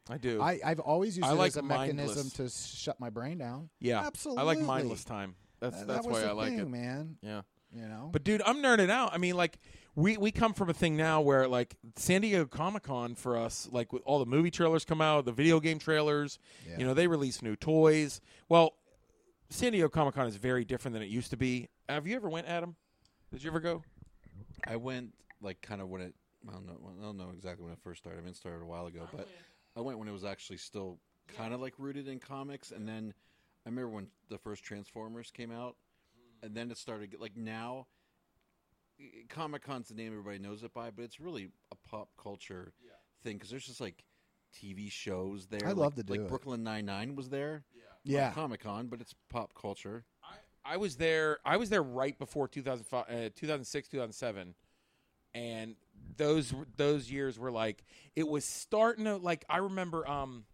[SPEAKER 2] I do.
[SPEAKER 1] I, I've always used
[SPEAKER 2] I
[SPEAKER 1] it
[SPEAKER 2] like
[SPEAKER 1] as a mechanism
[SPEAKER 2] mindless.
[SPEAKER 1] to shut my brain down.
[SPEAKER 2] yeah,
[SPEAKER 1] Absolutely.
[SPEAKER 2] I like mindless time. That's
[SPEAKER 1] That-
[SPEAKER 2] that's
[SPEAKER 1] that was
[SPEAKER 2] why
[SPEAKER 1] the
[SPEAKER 2] I like
[SPEAKER 1] thing,
[SPEAKER 2] it.
[SPEAKER 1] man.
[SPEAKER 2] Yeah.
[SPEAKER 1] You know,
[SPEAKER 2] But dude, I'm nerding out. I mean, like we we come from a thing now where like San Diego Comic Con for us, like with all the movie trailers come out, the video game trailers.
[SPEAKER 1] Yeah.
[SPEAKER 2] You know, they release new toys. Well, San Diego Comic Con is very different than it used to be. Have you ever went, Adam? Did you ever go?
[SPEAKER 3] I went like kind of when it. I don't know. I don't know exactly when it first started. I mean, it started a while ago, but I went when it was actually still kind of like rooted in comics. And then I remember when the first Transformers came out, and then it started get- like now. Comic Con's the name everybody knows it by, but it's really a pop culture thing because there's just like TV shows there.
[SPEAKER 1] I
[SPEAKER 3] like,
[SPEAKER 1] love to do
[SPEAKER 3] like
[SPEAKER 1] it.
[SPEAKER 3] Brooklyn Nine Nine was there.
[SPEAKER 1] yeah,
[SPEAKER 3] Comic Con, but it's pop culture.
[SPEAKER 2] I, I was there. I was there right before 2005, uh, 2006, 2007, and those were- those years were like it was starting to like. I remember um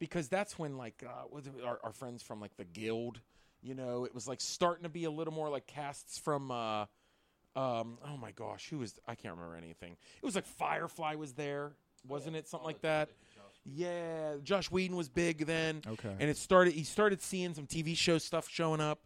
[SPEAKER 2] because that's when like uh, was it our, our friends from like the guild, you know, it was like starting to be a little more like casts from. uh um, oh my gosh, who was I can't remember anything. It was like Firefly was there, wasn't it? Something like that. Yeah, Josh Whedon was big then.
[SPEAKER 1] Okay.
[SPEAKER 2] and it started. He started seeing some TV show stuff showing up,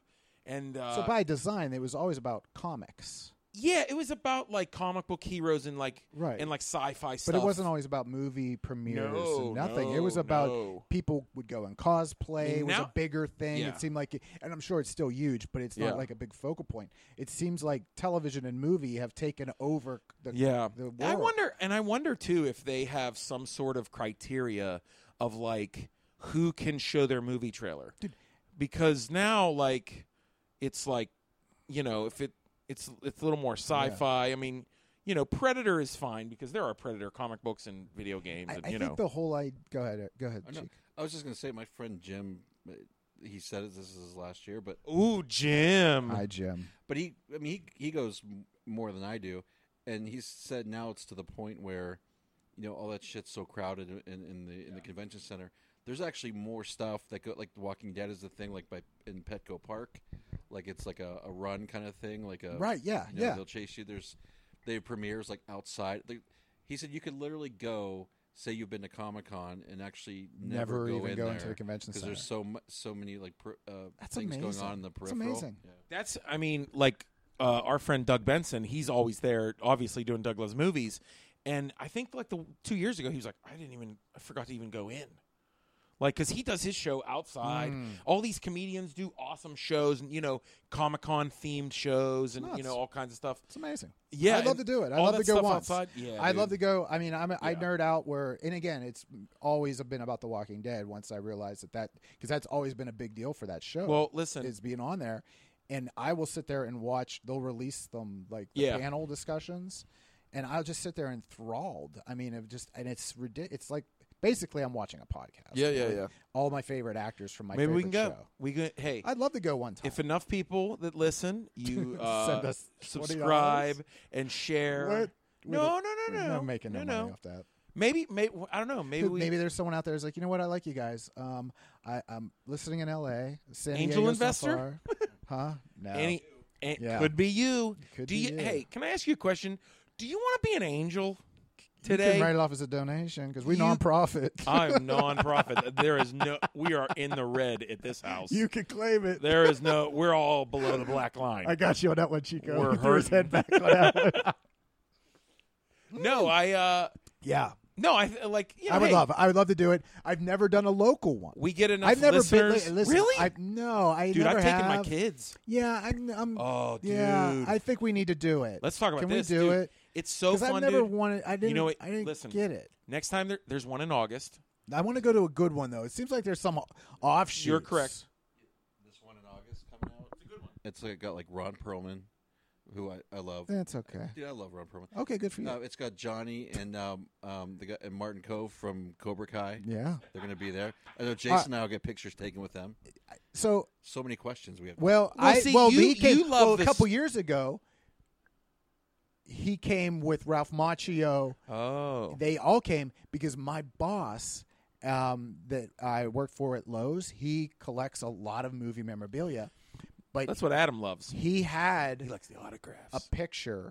[SPEAKER 2] and uh,
[SPEAKER 1] so by design, it was always about comics,
[SPEAKER 2] yeah, it was about like comic book heroes and like
[SPEAKER 1] Right.
[SPEAKER 2] and like sci-fi
[SPEAKER 1] but
[SPEAKER 2] stuff.
[SPEAKER 1] it wasn't always about movie premieres
[SPEAKER 2] No,
[SPEAKER 1] and nothing. it was
[SPEAKER 2] no,
[SPEAKER 1] about
[SPEAKER 2] no.
[SPEAKER 1] people would go and cosplay.
[SPEAKER 2] And
[SPEAKER 1] it was
[SPEAKER 2] now-
[SPEAKER 1] a bigger thing.
[SPEAKER 2] Yeah.
[SPEAKER 1] It seemed like, it, and I'm sure it's still huge, but it's
[SPEAKER 2] Yeah.
[SPEAKER 1] not like a big focal point. It seems like television and movie have taken over the
[SPEAKER 2] Yeah.
[SPEAKER 1] the world.
[SPEAKER 2] I wonder and I wonder too if they have some sort of criteria of like who can show their movie trailer. Because now like it's like you know, if it it's it's a little more sci-fi. I mean, you know, Predator is fine because there are Predator comic books and video games
[SPEAKER 1] I,
[SPEAKER 2] and
[SPEAKER 1] I
[SPEAKER 2] you
[SPEAKER 1] think
[SPEAKER 2] know.
[SPEAKER 1] the whole I go ahead, go ahead.
[SPEAKER 3] I know.
[SPEAKER 1] Cheek.
[SPEAKER 3] I was just gonna say, my friend Jim, uh, he said it. This is his last year, but
[SPEAKER 2] Ooh, Jim.
[SPEAKER 1] Hi, Jim.
[SPEAKER 3] but he, I mean, he he goes m- more than I do, and he said now it's to the point where, you know, all that shit's so crowded in, in, in the in the convention center. There's actually more stuff that go like The Walking Dead is the thing, like by in Petco Park, like it's like a, a run kind of thing, like a
[SPEAKER 1] Right? Yeah.
[SPEAKER 3] you know,
[SPEAKER 1] yeah.
[SPEAKER 3] They'll chase you. There's they have premieres like outside. They, he said you could literally go say you've been to Comic Con and actually never, go
[SPEAKER 1] even
[SPEAKER 3] in
[SPEAKER 1] go
[SPEAKER 3] there
[SPEAKER 1] into the convention
[SPEAKER 3] because
[SPEAKER 1] center.
[SPEAKER 3] there's so mu- so many like per, uh,
[SPEAKER 1] That's
[SPEAKER 3] things going
[SPEAKER 1] amazing.
[SPEAKER 3] on in the
[SPEAKER 1] That's
[SPEAKER 3] peripheral.
[SPEAKER 1] amazing.
[SPEAKER 3] Yeah.
[SPEAKER 2] That's, I mean, like uh, our friend Doug Benson, he's always there, obviously doing Douglas movies. And I think like the two years ago, he was like, I didn't even, I forgot to even go in. Like, because he does his show outside.
[SPEAKER 1] Hmm.
[SPEAKER 2] All these comedians do awesome shows and, you know, Comic Con themed shows and, you
[SPEAKER 1] Nuts.
[SPEAKER 2] know, all kinds of stuff.
[SPEAKER 1] It's amazing.
[SPEAKER 2] Yeah,
[SPEAKER 1] I'd love
[SPEAKER 2] and
[SPEAKER 1] to do it. I'd
[SPEAKER 2] all
[SPEAKER 1] love
[SPEAKER 2] that
[SPEAKER 1] to go
[SPEAKER 2] stuff
[SPEAKER 1] once.
[SPEAKER 2] outside- yeah,
[SPEAKER 1] I'd
[SPEAKER 2] dude.
[SPEAKER 1] love to go. I mean, I'm, I
[SPEAKER 2] Yeah.
[SPEAKER 1] nerd out where, and again, it's always been about The Walking Dead. Once I realized that that because that's always been a big deal for that show.
[SPEAKER 2] Well, listen.
[SPEAKER 1] is being on there, and I will sit there and watch. They'll release them like the
[SPEAKER 2] Yeah.
[SPEAKER 1] panel discussions, and I'll just sit there enthralled. I mean, it just and it's ridiculous. It's like basically I'm watching a podcast.
[SPEAKER 3] Yeah, yeah,
[SPEAKER 1] with
[SPEAKER 3] yeah.
[SPEAKER 1] All my favorite actors from my
[SPEAKER 2] Maybe
[SPEAKER 1] favorite
[SPEAKER 2] we can go.
[SPEAKER 1] show.
[SPEAKER 2] We can, hey.
[SPEAKER 1] I'd love to go one time.
[SPEAKER 2] if enough people that listen, you uh,
[SPEAKER 1] Send us
[SPEAKER 2] subscribe and share.
[SPEAKER 1] What? We
[SPEAKER 2] No, no,
[SPEAKER 1] don't-
[SPEAKER 2] no,
[SPEAKER 1] We're
[SPEAKER 2] no,
[SPEAKER 1] not making no,
[SPEAKER 2] no,
[SPEAKER 1] money
[SPEAKER 2] no.
[SPEAKER 1] off that.
[SPEAKER 2] Maybe, maybe I don't know. Maybe
[SPEAKER 1] Maybe,
[SPEAKER 2] we
[SPEAKER 1] there's someone out there who's like, you know what? I like you guys. Um, I, I'm listening in L.A. San
[SPEAKER 2] Angel
[SPEAKER 1] Diego so
[SPEAKER 2] investor?
[SPEAKER 1] far. huh? No.
[SPEAKER 2] any it
[SPEAKER 1] Yeah.
[SPEAKER 2] could be you.
[SPEAKER 1] Could
[SPEAKER 2] Do
[SPEAKER 1] be
[SPEAKER 2] you,
[SPEAKER 1] you.
[SPEAKER 2] Hey, can I ask you a question? Do you want to be an angel today?
[SPEAKER 1] you can write it off as a donation because we
[SPEAKER 2] You-
[SPEAKER 1] nonprofit.
[SPEAKER 2] I'm nonprofit. There is no. We are in the red at this house.
[SPEAKER 1] you can claim it.
[SPEAKER 2] there is no. We're all below the black line.
[SPEAKER 1] I got you on that one, Chico.
[SPEAKER 2] We're
[SPEAKER 1] He threw his head
[SPEAKER 2] hurting.
[SPEAKER 1] back on that one.
[SPEAKER 2] no, I. uh
[SPEAKER 1] Yeah,
[SPEAKER 2] No, I like. You know,
[SPEAKER 1] I would
[SPEAKER 2] hey,
[SPEAKER 1] love. I would love to do it. I've never done a local one.
[SPEAKER 2] We get enough
[SPEAKER 1] I've never
[SPEAKER 2] listeners.
[SPEAKER 1] been. Listen,
[SPEAKER 2] really?
[SPEAKER 1] I've, no, I
[SPEAKER 2] Dude,
[SPEAKER 1] never
[SPEAKER 2] I've taken my
[SPEAKER 1] have.
[SPEAKER 2] kids.
[SPEAKER 1] Yeah, I'm. I'm
[SPEAKER 2] Oh, dude.
[SPEAKER 1] yeah, I think we need to do it.
[SPEAKER 2] Let's talk about
[SPEAKER 1] Can
[SPEAKER 2] this.
[SPEAKER 1] we do
[SPEAKER 2] dude.
[SPEAKER 1] it?
[SPEAKER 2] It's so
[SPEAKER 1] Because
[SPEAKER 2] fun,
[SPEAKER 1] I never
[SPEAKER 2] dude.
[SPEAKER 1] wanted. I didn't.
[SPEAKER 2] know what?
[SPEAKER 1] I didn't
[SPEAKER 2] Listen.
[SPEAKER 1] get it.
[SPEAKER 2] Next time there, there's one in August.
[SPEAKER 1] I want to go to a good one though. It seems like there's some offshoots.
[SPEAKER 2] You're correct.
[SPEAKER 3] This one in August coming out. It's a good one. It's like, got like Ron Perlman, who I, I love.
[SPEAKER 1] That's okay.
[SPEAKER 3] Dude, I love Ron Perlman.
[SPEAKER 1] Okay, good for you.
[SPEAKER 3] Uh, it's got Johnny and um, um, the guy, and Martin Cove from Cobra Kai.
[SPEAKER 1] yeah.
[SPEAKER 3] They're going to be there. I know Jason and I will get pictures taken with them.
[SPEAKER 1] So
[SPEAKER 3] So many questions we have.
[SPEAKER 1] well,
[SPEAKER 2] Well,
[SPEAKER 1] I
[SPEAKER 2] see,
[SPEAKER 1] well
[SPEAKER 2] you-
[SPEAKER 1] he came
[SPEAKER 2] you love
[SPEAKER 1] well, a
[SPEAKER 2] this-
[SPEAKER 1] couple years ago. He came with Ralph Macchio.
[SPEAKER 2] Oh.
[SPEAKER 1] They all came because my boss um, that I work for at Lowe's, he collects a lot of movie memorabilia, but
[SPEAKER 2] That's what Adam loves.
[SPEAKER 1] he had
[SPEAKER 2] likes the autographs.
[SPEAKER 1] a picture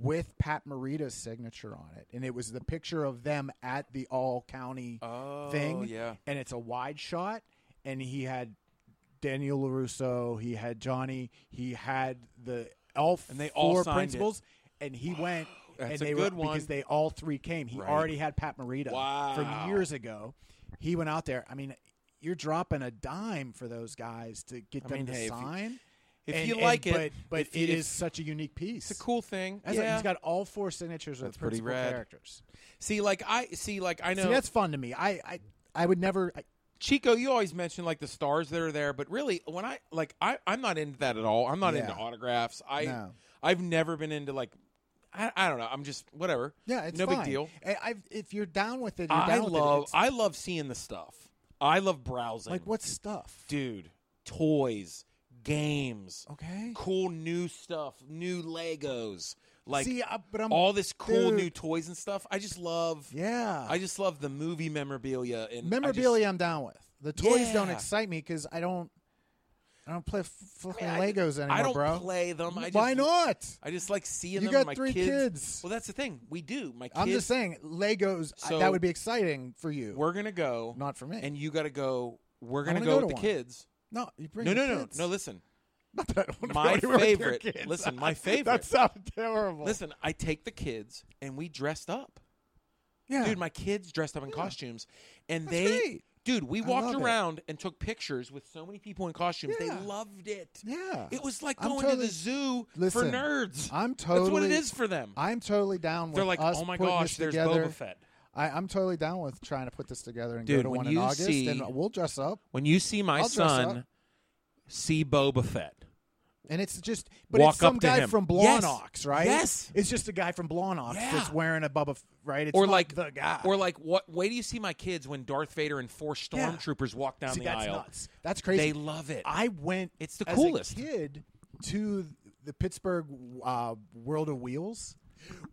[SPEAKER 1] with Pat Morita's signature on it, and it was the picture of them at the All County
[SPEAKER 2] oh,
[SPEAKER 1] thing,
[SPEAKER 2] yeah.
[SPEAKER 1] and it's a wide shot, and he had Daniel Larusso, he had Johnny, he had the elf,
[SPEAKER 2] And they all
[SPEAKER 1] four
[SPEAKER 2] signed it.
[SPEAKER 1] principals, and he went.
[SPEAKER 2] That's
[SPEAKER 1] and
[SPEAKER 2] a
[SPEAKER 1] they
[SPEAKER 2] good
[SPEAKER 1] were,
[SPEAKER 2] one.
[SPEAKER 1] because they all three came. He
[SPEAKER 2] Right.
[SPEAKER 1] already had Pat Morita
[SPEAKER 2] Wow.
[SPEAKER 1] from years ago. He went out there. I mean, you're dropping a dime for those guys to get
[SPEAKER 2] I
[SPEAKER 1] them
[SPEAKER 2] mean,
[SPEAKER 1] to
[SPEAKER 2] hey, if you-
[SPEAKER 1] sign.
[SPEAKER 2] If
[SPEAKER 1] And-
[SPEAKER 2] you
[SPEAKER 1] and-
[SPEAKER 2] like
[SPEAKER 1] but,
[SPEAKER 2] it,
[SPEAKER 1] but
[SPEAKER 2] if,
[SPEAKER 1] it
[SPEAKER 2] if-
[SPEAKER 1] is such a unique piece.
[SPEAKER 2] it's a cool thing.
[SPEAKER 1] That's
[SPEAKER 2] yeah.
[SPEAKER 1] like- he's got all four signatures of
[SPEAKER 2] That's
[SPEAKER 1] the
[SPEAKER 2] pretty
[SPEAKER 1] principal
[SPEAKER 2] rad.
[SPEAKER 1] characters.
[SPEAKER 2] see, like I see, like I know
[SPEAKER 1] See, that's fun to me. I, I, I would never. I,
[SPEAKER 2] Chico. You always mention like the stars that are there, but really, when I like, I I'm not into that at all. I'm not
[SPEAKER 1] Yeah.
[SPEAKER 2] into autographs. I
[SPEAKER 1] No.
[SPEAKER 2] I've never been into like, I, I don't know. I'm just whatever.
[SPEAKER 1] yeah, it's
[SPEAKER 2] no big
[SPEAKER 1] fine.
[SPEAKER 2] deal.
[SPEAKER 1] I, I've, if you're down with it, you're
[SPEAKER 2] I
[SPEAKER 1] down with it.
[SPEAKER 2] love
[SPEAKER 1] It's
[SPEAKER 2] I love seeing the stuff. I love browsing.
[SPEAKER 1] like what stuff,
[SPEAKER 2] dude? Toys, games,
[SPEAKER 1] Okay.
[SPEAKER 2] cool new stuff, new Legos, like
[SPEAKER 1] See, I, but I'm
[SPEAKER 2] all this cool new
[SPEAKER 1] dude.
[SPEAKER 2] toys and stuff. I just love.
[SPEAKER 1] Yeah,
[SPEAKER 2] I just love the movie memorabilia and I just-
[SPEAKER 1] memorabilia. I'm down with. The toys don't
[SPEAKER 2] Yeah.
[SPEAKER 1] excite me because I don't. I don't play f- fucking
[SPEAKER 2] I-
[SPEAKER 1] Legos anymore,
[SPEAKER 2] I don't
[SPEAKER 1] bro.
[SPEAKER 2] play them. I just,
[SPEAKER 1] Why not?
[SPEAKER 2] I just like seeing
[SPEAKER 1] You
[SPEAKER 2] them.
[SPEAKER 1] got
[SPEAKER 2] my
[SPEAKER 1] three kids.
[SPEAKER 2] Well, that's the thing. We do. My kids.
[SPEAKER 1] I'm just saying, Legos. I-
[SPEAKER 2] So-
[SPEAKER 1] that would be exciting for you.
[SPEAKER 2] We're gonna go.
[SPEAKER 1] Not for me.
[SPEAKER 2] And you gotta go. We're
[SPEAKER 1] I
[SPEAKER 2] gonna
[SPEAKER 1] wanna
[SPEAKER 2] go,
[SPEAKER 1] go
[SPEAKER 2] with
[SPEAKER 1] to
[SPEAKER 2] the
[SPEAKER 1] one.
[SPEAKER 2] kids.
[SPEAKER 1] no, you bring
[SPEAKER 2] No,
[SPEAKER 1] the
[SPEAKER 2] no, no,
[SPEAKER 1] kids.
[SPEAKER 2] no. Listen,
[SPEAKER 1] Not that I don't wanna
[SPEAKER 2] My
[SPEAKER 1] go anywhere with your
[SPEAKER 2] favorite-
[SPEAKER 1] kids.
[SPEAKER 2] listen, my favorite.
[SPEAKER 1] that sounded terrible.
[SPEAKER 2] listen. I take the kids and we dressed up.
[SPEAKER 1] yeah,
[SPEAKER 2] Dude, my kids dressed up in costumes, and
[SPEAKER 1] That's
[SPEAKER 2] they,
[SPEAKER 1] great.
[SPEAKER 2] dude, we
[SPEAKER 1] I
[SPEAKER 2] walked
[SPEAKER 1] love it.
[SPEAKER 2] around and took pictures with so many people in costumes.
[SPEAKER 1] Yeah.
[SPEAKER 2] They loved it.
[SPEAKER 1] yeah,
[SPEAKER 2] It was like
[SPEAKER 1] I'm
[SPEAKER 2] going to
[SPEAKER 1] totally-
[SPEAKER 2] the zoo for
[SPEAKER 1] Listen,
[SPEAKER 2] nerds.
[SPEAKER 1] I'm
[SPEAKER 2] That's what it
[SPEAKER 1] totally-
[SPEAKER 2] is for them.
[SPEAKER 1] I'm totally down with.
[SPEAKER 2] They're like,
[SPEAKER 1] us
[SPEAKER 2] oh my
[SPEAKER 1] putting
[SPEAKER 2] gosh,
[SPEAKER 1] this
[SPEAKER 2] there's
[SPEAKER 1] together.
[SPEAKER 2] Boba Fett.
[SPEAKER 1] I, I'm totally down with trying to put this together and
[SPEAKER 2] Dude,
[SPEAKER 1] go to
[SPEAKER 2] when
[SPEAKER 1] one in
[SPEAKER 2] you
[SPEAKER 1] August,
[SPEAKER 2] see-
[SPEAKER 1] and we'll dress up.
[SPEAKER 2] When you see my
[SPEAKER 1] I'll dress
[SPEAKER 2] son
[SPEAKER 1] up.
[SPEAKER 2] see Boba Fett,
[SPEAKER 1] And it's just, but
[SPEAKER 2] Walk
[SPEAKER 1] it's some
[SPEAKER 2] up to
[SPEAKER 1] guy
[SPEAKER 2] him.
[SPEAKER 1] from
[SPEAKER 2] Yes.
[SPEAKER 1] Blonox, right?
[SPEAKER 2] Yes.
[SPEAKER 1] it's just a guy from Blonox
[SPEAKER 2] Yeah.
[SPEAKER 1] that's wearing a Bubba, F- right? It's
[SPEAKER 2] or
[SPEAKER 1] not
[SPEAKER 2] like
[SPEAKER 1] the guy,
[SPEAKER 2] or like what? Wait do you see my kids when Darth Vader and four
[SPEAKER 1] Yeah.
[SPEAKER 2] stormtroopers walk down
[SPEAKER 1] See,
[SPEAKER 2] the
[SPEAKER 1] that's
[SPEAKER 2] aisle?
[SPEAKER 1] nuts. That's
[SPEAKER 2] They
[SPEAKER 1] crazy.
[SPEAKER 2] love it.
[SPEAKER 1] I went.
[SPEAKER 2] It's the
[SPEAKER 1] as
[SPEAKER 2] coolest.
[SPEAKER 1] A kid to the Pittsburgh uh, World of Wheels.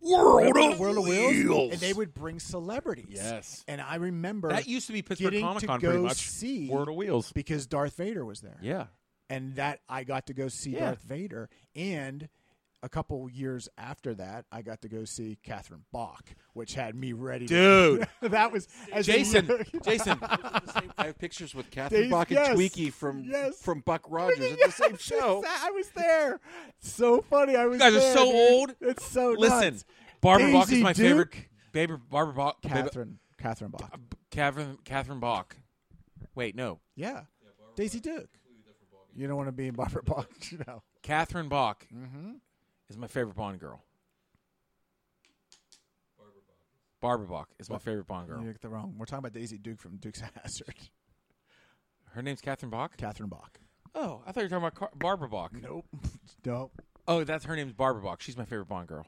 [SPEAKER 2] World
[SPEAKER 1] Remember the World of Wheels, and they would bring celebrities.
[SPEAKER 2] Yes.
[SPEAKER 1] and I remember
[SPEAKER 2] that used to be Pittsburgh
[SPEAKER 1] getting
[SPEAKER 2] Comic Con
[SPEAKER 1] to go
[SPEAKER 2] pretty much.
[SPEAKER 1] See
[SPEAKER 2] World of Wheels.
[SPEAKER 1] because Darth Vader was there.
[SPEAKER 2] Yeah.
[SPEAKER 1] and that I got to go see
[SPEAKER 2] Yeah.
[SPEAKER 1] Darth Vader and. A couple years after that, I got to go see Catherine Bach, which had me ready.
[SPEAKER 2] Dude.
[SPEAKER 1] to, that was as a
[SPEAKER 2] Jason,
[SPEAKER 1] young-
[SPEAKER 2] Jason,
[SPEAKER 3] I have pictures with Catherine
[SPEAKER 1] Dave-
[SPEAKER 3] Bach and
[SPEAKER 1] yes,
[SPEAKER 3] Tweaky from
[SPEAKER 1] yes.
[SPEAKER 3] from Buck Rogers at the same show.
[SPEAKER 1] Yes, I was there. So funny. I was.
[SPEAKER 2] guys are
[SPEAKER 1] there,
[SPEAKER 2] so
[SPEAKER 1] dude.
[SPEAKER 2] old.
[SPEAKER 1] It's so
[SPEAKER 2] listen,
[SPEAKER 1] nuts.
[SPEAKER 2] Barbara Bach is
[SPEAKER 1] Daisy
[SPEAKER 2] my
[SPEAKER 1] Duke.
[SPEAKER 2] favorite. Baby, Barbara Bach, Baby-
[SPEAKER 1] Catherine. Catherine Bach.
[SPEAKER 2] Catherine, Catherine Bach. Wait, no.
[SPEAKER 1] Yeah. Daisy Duke. You don't want to be in Barbara Bach, you know.
[SPEAKER 2] Catherine Bach
[SPEAKER 1] Mm-hmm.
[SPEAKER 2] is my favorite Bond girl. Barbara Bach is my favorite Bond girl.
[SPEAKER 1] You get the wrong. We're talking about Daisy Duke from Duke's Hazard.
[SPEAKER 2] Her name's Catherine Bach.
[SPEAKER 1] Catherine Bach.
[SPEAKER 2] Oh, I thought you were talking about Car- Barbara Bach.
[SPEAKER 1] Nope. nope.
[SPEAKER 2] Oh, that's her name's Barbara Bach. She's my favorite Bond girl.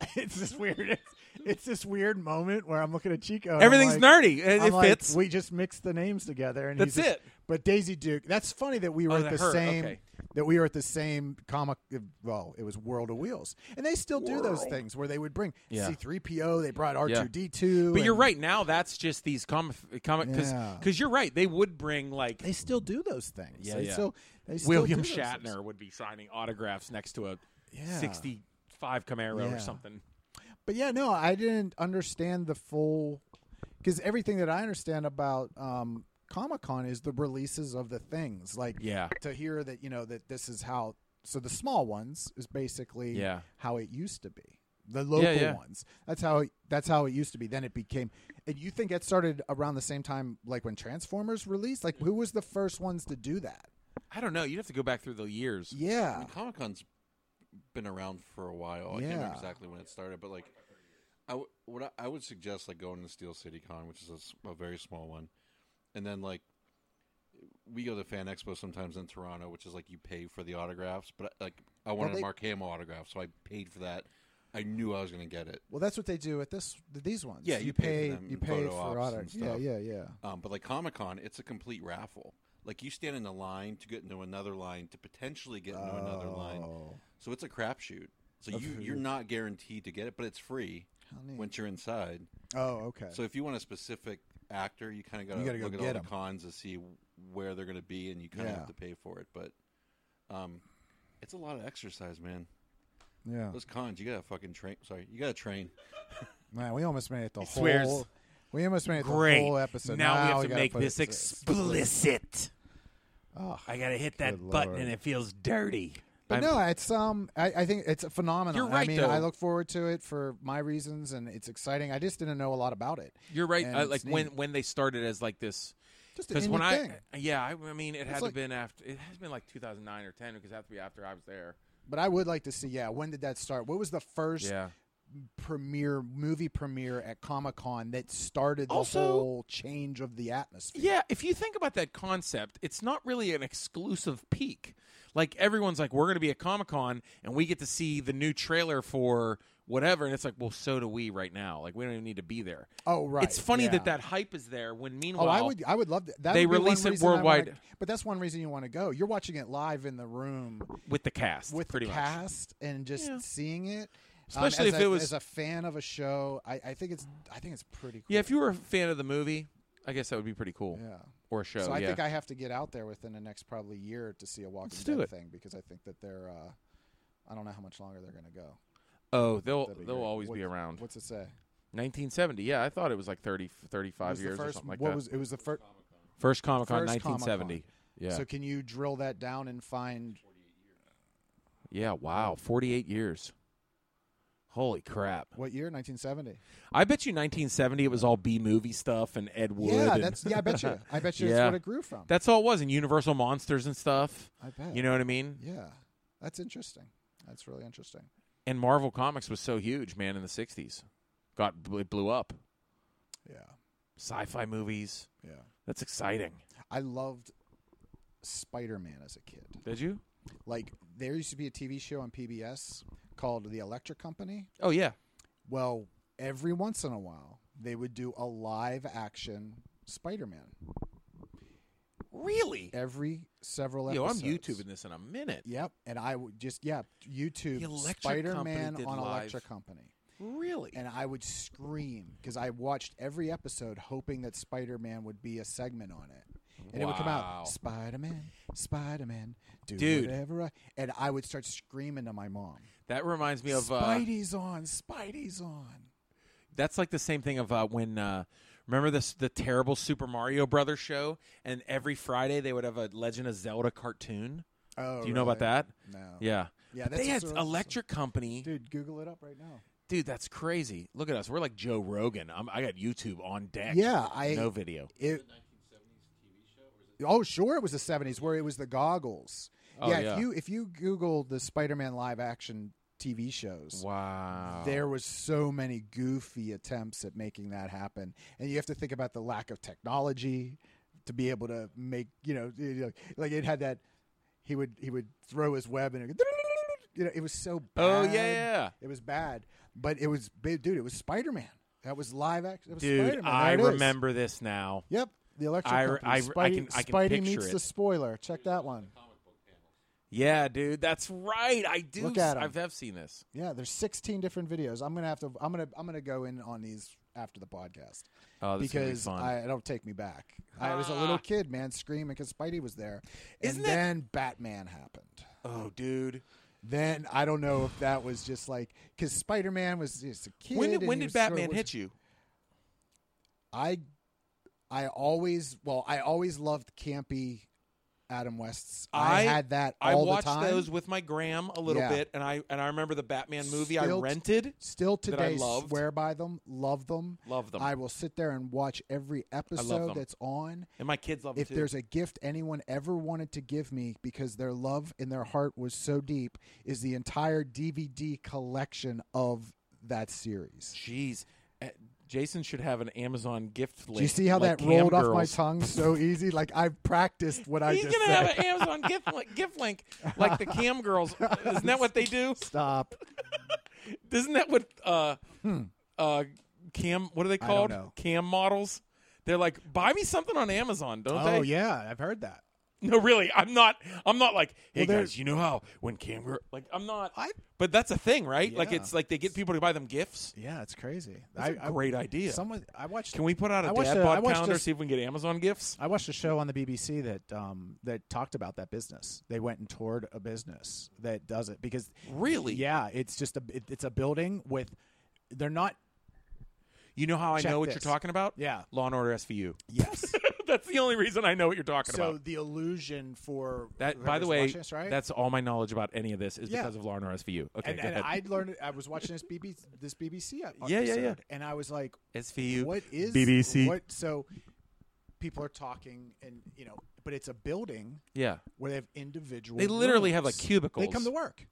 [SPEAKER 1] It's this weird. It's, it's this weird moment where I'm looking at Chico. and I'm
[SPEAKER 2] Everything's
[SPEAKER 1] like-
[SPEAKER 2] nerdy. and
[SPEAKER 1] I'm
[SPEAKER 2] It,
[SPEAKER 1] like,
[SPEAKER 2] fits.
[SPEAKER 1] we just mixed the names together, and he's
[SPEAKER 2] That's
[SPEAKER 1] just-
[SPEAKER 2] it.
[SPEAKER 1] But Daisy Duke. That's funny that we were
[SPEAKER 2] Oh,
[SPEAKER 1] at
[SPEAKER 2] that
[SPEAKER 1] the
[SPEAKER 2] hurt,
[SPEAKER 1] same.
[SPEAKER 2] okay.
[SPEAKER 1] That we were at the same comic. uh, Well, it was World of Wheels, and they still do those
[SPEAKER 2] World.
[SPEAKER 1] things where they would bring
[SPEAKER 2] Yeah.
[SPEAKER 1] C3PO. They brought R2D2.
[SPEAKER 2] But you're
[SPEAKER 1] and
[SPEAKER 2] right. Now that's just these comic comic because
[SPEAKER 1] Yeah.
[SPEAKER 2] you're right. They would bring like
[SPEAKER 1] They still do those things.
[SPEAKER 2] Yeah,
[SPEAKER 1] they
[SPEAKER 2] yeah.
[SPEAKER 1] Still, they still
[SPEAKER 2] William
[SPEAKER 1] do those things.
[SPEAKER 2] Shatner would be signing autographs next to a
[SPEAKER 1] Yeah.
[SPEAKER 2] 65 Camaro
[SPEAKER 1] Yeah.
[SPEAKER 2] or something.
[SPEAKER 1] But yeah, no, I didn't understand the full because everything that I understand about um, Comic Con is the releases of the things. Like,
[SPEAKER 2] Yeah.
[SPEAKER 1] to hear that you know that this is how. So the small ones is basically
[SPEAKER 2] Yeah.
[SPEAKER 1] how it used to be. The local
[SPEAKER 2] yeah.
[SPEAKER 1] ones. That's how it, that's how it used to be. Then it became. And you think it started around the same time, like when Transformers released. Like, who was the first ones to do that?
[SPEAKER 2] I don't know. You'd have to go back through the years.
[SPEAKER 1] Yeah,
[SPEAKER 3] Comic Con's been around for a while. I can't
[SPEAKER 1] Yeah.
[SPEAKER 3] remember exactly when it started, but like, I w- what I, I would suggest like going to Steel City Con, which is a s- a, very small one, and then like we go to Fan Expo sometimes in Toronto, which is like you pay for the autographs. But like I wanted
[SPEAKER 1] they-
[SPEAKER 3] a Mark Hamill autograph, so I paid for that. I knew I was going to get it.
[SPEAKER 1] Well, that's what they do at this these ones.
[SPEAKER 3] Yeah,
[SPEAKER 1] you,
[SPEAKER 3] you pay
[SPEAKER 1] pay,
[SPEAKER 3] for them
[SPEAKER 1] you
[SPEAKER 3] and
[SPEAKER 1] pay
[SPEAKER 3] photo
[SPEAKER 1] for
[SPEAKER 3] ops
[SPEAKER 1] auto.
[SPEAKER 3] and
[SPEAKER 1] Yeah,
[SPEAKER 3] stuff.
[SPEAKER 1] yeah, yeah.
[SPEAKER 3] Um, but like Comic Con, it's a complete raffle. Like you stand in a line to get into another line to potentially get into another line.
[SPEAKER 1] Oh.
[SPEAKER 3] So it's a crapshoot. So
[SPEAKER 1] Of
[SPEAKER 3] you
[SPEAKER 1] who-
[SPEAKER 3] you're not guaranteed to get it, but it's free
[SPEAKER 1] How neat.
[SPEAKER 3] once you're inside.
[SPEAKER 1] Oh, okay.
[SPEAKER 3] So if you want a specific actor, you kind of got
[SPEAKER 1] You
[SPEAKER 3] to
[SPEAKER 1] gotta go
[SPEAKER 3] look at
[SPEAKER 1] get
[SPEAKER 3] all
[SPEAKER 1] 'em.
[SPEAKER 3] the cons to see where they're going to be, and you kind of
[SPEAKER 1] Yeah.
[SPEAKER 3] have to pay for it. But um, it's a lot of exercise, man.
[SPEAKER 1] yeah.
[SPEAKER 3] Those cons, you got to fucking train. Sorry, you got to train.
[SPEAKER 1] Man, we almost made it the
[SPEAKER 2] He
[SPEAKER 1] whole.
[SPEAKER 2] swears.
[SPEAKER 1] We almost made it the
[SPEAKER 2] Great.
[SPEAKER 1] whole episode.
[SPEAKER 2] Now, we have to
[SPEAKER 1] gotta
[SPEAKER 2] make
[SPEAKER 1] put
[SPEAKER 2] this
[SPEAKER 1] it-
[SPEAKER 2] explicit.
[SPEAKER 1] Ugh.
[SPEAKER 2] I gotta hit that
[SPEAKER 1] Good
[SPEAKER 2] button
[SPEAKER 1] Lord.
[SPEAKER 2] and it feels dirty.
[SPEAKER 1] But
[SPEAKER 2] I'm-
[SPEAKER 1] no, it's um, I, I think it's a phenomenon.
[SPEAKER 2] You're right,
[SPEAKER 1] I mean,
[SPEAKER 2] though.
[SPEAKER 1] I look forward to it for my reasons, and it's exciting. I just didn't know a lot about it.
[SPEAKER 2] you're right.
[SPEAKER 1] and
[SPEAKER 2] I, like
[SPEAKER 1] it's
[SPEAKER 2] when
[SPEAKER 1] neat.
[SPEAKER 2] when they started as like this
[SPEAKER 1] Just
[SPEAKER 2] because
[SPEAKER 1] an
[SPEAKER 2] when
[SPEAKER 1] indie
[SPEAKER 2] I
[SPEAKER 1] thing.
[SPEAKER 2] yeah I, I mean it had to
[SPEAKER 1] like-
[SPEAKER 2] been after it has been like 2009 or 10 because it had to be after I was there.
[SPEAKER 1] but I would like to see. Yeah, when did that start? What was the first
[SPEAKER 2] Yeah.
[SPEAKER 1] premiere movie premiere at Comic Con that started the
[SPEAKER 2] Also-
[SPEAKER 1] whole change of the atmosphere?
[SPEAKER 2] Yeah, if you think about that concept, it's not really an exclusive peek. Like everyone's like, we're going to be at Comic Con and we get to see the new trailer for whatever, and it's like, well, so do we right now. Like we don't even need to be there.
[SPEAKER 1] Oh, right.
[SPEAKER 2] It's funny
[SPEAKER 1] yeah.
[SPEAKER 2] that that hype is there when
[SPEAKER 1] Oh,
[SPEAKER 2] meanwhile,
[SPEAKER 1] I would, I would love that. that
[SPEAKER 2] they
[SPEAKER 1] would be one
[SPEAKER 2] release it
[SPEAKER 1] reason I wanna-
[SPEAKER 2] worldwide.
[SPEAKER 1] but that's one reason you want to go. You're watching it live in the room
[SPEAKER 2] with the cast,
[SPEAKER 1] with
[SPEAKER 2] pretty
[SPEAKER 1] the
[SPEAKER 2] much.
[SPEAKER 1] cast and just
[SPEAKER 2] Yeah.
[SPEAKER 1] seeing it. um,
[SPEAKER 2] Especially
[SPEAKER 1] as
[SPEAKER 2] if
[SPEAKER 1] a,
[SPEAKER 2] it was-
[SPEAKER 1] as a fan of a show, I, I think it's, I think it's pretty. cool.
[SPEAKER 2] Yeah, if you were a fan of the movie, I guess that would be pretty cool.
[SPEAKER 1] yeah.
[SPEAKER 2] Or a show.
[SPEAKER 1] So I
[SPEAKER 2] yeah.
[SPEAKER 1] think I have to get out there within the next probably year to see a Walking
[SPEAKER 2] Let's do
[SPEAKER 1] Dead
[SPEAKER 2] it.
[SPEAKER 1] thing because I think that they're, uh, I don't know how much longer they're going to go.
[SPEAKER 2] oh, they'll
[SPEAKER 1] That'd be
[SPEAKER 2] they'll
[SPEAKER 1] great.
[SPEAKER 2] always
[SPEAKER 1] What-
[SPEAKER 2] be around.
[SPEAKER 1] What's it say?
[SPEAKER 2] 1970. Yeah, I thought it was like 30 35
[SPEAKER 1] was the
[SPEAKER 2] years or
[SPEAKER 1] first-
[SPEAKER 2] something like
[SPEAKER 1] what
[SPEAKER 2] that.
[SPEAKER 1] Was, it was the first.
[SPEAKER 2] first Comic Con
[SPEAKER 1] first
[SPEAKER 2] 1970. Yeah.
[SPEAKER 1] So can you drill that down and find?
[SPEAKER 2] Yeah, wow, 48 years. Holy crap.
[SPEAKER 1] What year? 1970.
[SPEAKER 2] I bet you 1970 it was all B movie stuff and Ed Wood.
[SPEAKER 1] Yeah,
[SPEAKER 2] and-
[SPEAKER 1] that's yeah. I bet you. I bet you.
[SPEAKER 2] Yeah.
[SPEAKER 1] That's what it grew from.
[SPEAKER 2] That's all it was, and Universal Monsters and stuff.
[SPEAKER 1] I bet.
[SPEAKER 2] You know what I mean?
[SPEAKER 1] Yeah, that's interesting. That's really interesting.
[SPEAKER 2] And Marvel Comics was so huge, man, in the 60s. Got it blew up.
[SPEAKER 1] Yeah,
[SPEAKER 2] Sci-fi movies.
[SPEAKER 1] yeah.
[SPEAKER 2] That's exciting.
[SPEAKER 1] I loved Spider Man as a kid.
[SPEAKER 2] Did you?
[SPEAKER 1] Like there used to be a TV show on PBS called The Electric Company.
[SPEAKER 2] Oh yeah.
[SPEAKER 1] Well, every once in a while they would do a live action Spider Man.
[SPEAKER 2] Really?
[SPEAKER 1] Every several
[SPEAKER 2] Yo, I'm
[SPEAKER 1] episodes.
[SPEAKER 2] YouTubing this in a minute.
[SPEAKER 1] Yep, and I would just yeah YouTube
[SPEAKER 2] The Electric Company
[SPEAKER 1] Spider Man
[SPEAKER 2] did
[SPEAKER 1] on
[SPEAKER 2] live.
[SPEAKER 1] Electric Company.
[SPEAKER 2] Really?
[SPEAKER 1] and I would scream because I watched every episode hoping that Spider Man would be a segment on it. And it would come
[SPEAKER 2] Wow.
[SPEAKER 1] out Spider Man, Spider Man, do
[SPEAKER 2] Dude.
[SPEAKER 1] whatever. I, and I would start screaming to my mom,
[SPEAKER 2] that reminds me of uh,
[SPEAKER 1] Spidey's on, Spidey's on.
[SPEAKER 2] That's like the same thing of uh, when uh, remember this the terrible Super Mario Brothers show, and every Friday they would have a Legend of Zelda cartoon.
[SPEAKER 1] Oh,
[SPEAKER 2] Do you know about
[SPEAKER 1] really?
[SPEAKER 2] that?
[SPEAKER 1] No.
[SPEAKER 2] Yeah,
[SPEAKER 1] Yeah,
[SPEAKER 2] But
[SPEAKER 1] that's
[SPEAKER 2] they had
[SPEAKER 1] also-
[SPEAKER 2] Electric Company, dude.
[SPEAKER 1] Dude, Google it up right now.
[SPEAKER 2] That's crazy. Look at us, we're like Joe Rogan. I'm, I got YouTube on deck.
[SPEAKER 1] Yeah, I-
[SPEAKER 2] no video.
[SPEAKER 1] It, Oh, sure, it was the '70s where it was the goggles.
[SPEAKER 2] Oh,
[SPEAKER 1] yeah,
[SPEAKER 2] yeah.
[SPEAKER 1] if you if you Google the Spider-Man live action TV shows,
[SPEAKER 2] Wow.
[SPEAKER 1] there was so many goofy attempts at making that happen, and you have to think about the lack of technology to be able to make you know you know, like it had that he would he would throw his web and it would, you know it was so bad.
[SPEAKER 2] Oh yeah, yeah.
[SPEAKER 1] it was bad, but it was big, dude. It was Spider-Man. That was live action. It was
[SPEAKER 2] Dude,
[SPEAKER 1] Spider-Man.
[SPEAKER 2] I
[SPEAKER 1] There it is.
[SPEAKER 2] remember this now.
[SPEAKER 1] Yep, the electric
[SPEAKER 2] I-
[SPEAKER 1] company.
[SPEAKER 2] I- I
[SPEAKER 1] Spidey,
[SPEAKER 2] can- I can
[SPEAKER 1] Spidey
[SPEAKER 2] picture
[SPEAKER 1] meets
[SPEAKER 2] it.
[SPEAKER 1] the spoiler. Check that one.
[SPEAKER 2] Yeah, dude, that's right. I do.
[SPEAKER 1] Look at
[SPEAKER 2] s-
[SPEAKER 1] 'em.
[SPEAKER 2] I've, I've seen this.
[SPEAKER 1] Yeah, there's 16 different videos. I'm gonna have to. I'm gonna. I'm gonna go in on these after the podcast
[SPEAKER 2] Oh, this is gonna be
[SPEAKER 1] because
[SPEAKER 2] fun.
[SPEAKER 1] I I don't take me back. I was a
[SPEAKER 2] Ah.
[SPEAKER 1] little kid, man, screaming because Spidey was there,
[SPEAKER 2] Isn't
[SPEAKER 1] and
[SPEAKER 2] that-
[SPEAKER 1] then Batman happened.
[SPEAKER 2] oh, dude.
[SPEAKER 1] Then I don't know if that was just like because Spider Man was just a kid.
[SPEAKER 2] When did
[SPEAKER 1] and
[SPEAKER 2] when
[SPEAKER 1] he
[SPEAKER 2] did
[SPEAKER 1] was sort of
[SPEAKER 2] Batman
[SPEAKER 1] was-
[SPEAKER 2] hit you?
[SPEAKER 1] I I always well I always loved campy Adam West's. I,
[SPEAKER 2] I-
[SPEAKER 1] had that
[SPEAKER 2] I
[SPEAKER 1] all
[SPEAKER 2] watched
[SPEAKER 1] the time.
[SPEAKER 2] those with my gram a little
[SPEAKER 1] Yeah.
[SPEAKER 2] bit, and I and I remember the Batman movie I
[SPEAKER 1] Still-
[SPEAKER 2] rented.
[SPEAKER 1] Still
[SPEAKER 2] that I
[SPEAKER 1] today,
[SPEAKER 2] loved.
[SPEAKER 1] swear by them, love them.
[SPEAKER 2] Love them,
[SPEAKER 1] I will sit there and watch every
[SPEAKER 2] them.
[SPEAKER 1] episode that's on.
[SPEAKER 2] and my kids love
[SPEAKER 1] If
[SPEAKER 2] them too.
[SPEAKER 1] there's a gift anyone ever wanted to give me because their love in their heart was so deep, is the entire DVD collection of that series.
[SPEAKER 2] Jeez, Uh, Jason should have an Amazon gift list.
[SPEAKER 1] Do you see how that
[SPEAKER 2] like Cam
[SPEAKER 1] rolled off my
[SPEAKER 2] Girls.
[SPEAKER 1] tongue so easy? Like I've practiced what I
[SPEAKER 2] He's
[SPEAKER 1] just
[SPEAKER 2] gonna
[SPEAKER 1] said.
[SPEAKER 2] have an Amazon gift link, gift link like the Cam Girls. Isn't that what they do?
[SPEAKER 1] Stop.
[SPEAKER 2] Isn't that what uh uh Cam? What are they
[SPEAKER 1] Hmm. don't
[SPEAKER 2] called?
[SPEAKER 1] know.
[SPEAKER 2] Cam models. They're like, buy me something on Amazon, don't they?
[SPEAKER 1] Oh yeah, I've heard that.
[SPEAKER 2] No, really, I'm not. I'm not like, hey
[SPEAKER 1] Well, they're-
[SPEAKER 2] guys, you know how when Cam Girl, like, I'm not.
[SPEAKER 1] I-
[SPEAKER 2] but that's a thing, right? Like,
[SPEAKER 1] Yeah.
[SPEAKER 2] it's like they get people to buy them gifts.
[SPEAKER 1] Yeah, it's crazy.
[SPEAKER 2] That's a
[SPEAKER 1] I- I-
[SPEAKER 2] great idea.
[SPEAKER 1] Someone I watched.
[SPEAKER 2] Can we put out a
[SPEAKER 1] I watched
[SPEAKER 2] dad
[SPEAKER 1] a- I
[SPEAKER 2] bod
[SPEAKER 1] watched
[SPEAKER 2] calendar
[SPEAKER 1] a-
[SPEAKER 2] see if we can get Amazon gifts?
[SPEAKER 1] I watched a show on the BBC that um, that talked about that business. They went and toured a business that does it because
[SPEAKER 2] Really?
[SPEAKER 1] yeah, it's just a it, it's a building with they're not
[SPEAKER 2] You know how I
[SPEAKER 1] Check
[SPEAKER 2] know what
[SPEAKER 1] this.
[SPEAKER 2] you're talking about?
[SPEAKER 1] yeah
[SPEAKER 2] Law and Order SVU.
[SPEAKER 1] yes.
[SPEAKER 2] that's the only reason I know what you're talking
[SPEAKER 1] so
[SPEAKER 2] about.
[SPEAKER 1] the illusion for
[SPEAKER 2] That, by the
[SPEAKER 1] whoever's
[SPEAKER 2] way,
[SPEAKER 1] watching us, right?
[SPEAKER 2] that's all my knowledge about any of this is
[SPEAKER 1] Yeah.
[SPEAKER 2] because of Law and Order SVU. Okay,
[SPEAKER 1] and,
[SPEAKER 2] go
[SPEAKER 1] and
[SPEAKER 2] ahead.
[SPEAKER 1] I learned I was watching this BBC this BBC e-, episode,
[SPEAKER 2] Yeah, yeah, yeah.
[SPEAKER 1] and I was like,
[SPEAKER 2] SVU.
[SPEAKER 1] what is
[SPEAKER 2] BBC.
[SPEAKER 1] What so people are talking and you know, but it's a building
[SPEAKER 2] Yeah,
[SPEAKER 1] where they have individual.
[SPEAKER 2] they literally have like
[SPEAKER 1] rooms.
[SPEAKER 2] cubicles.
[SPEAKER 1] They come to work.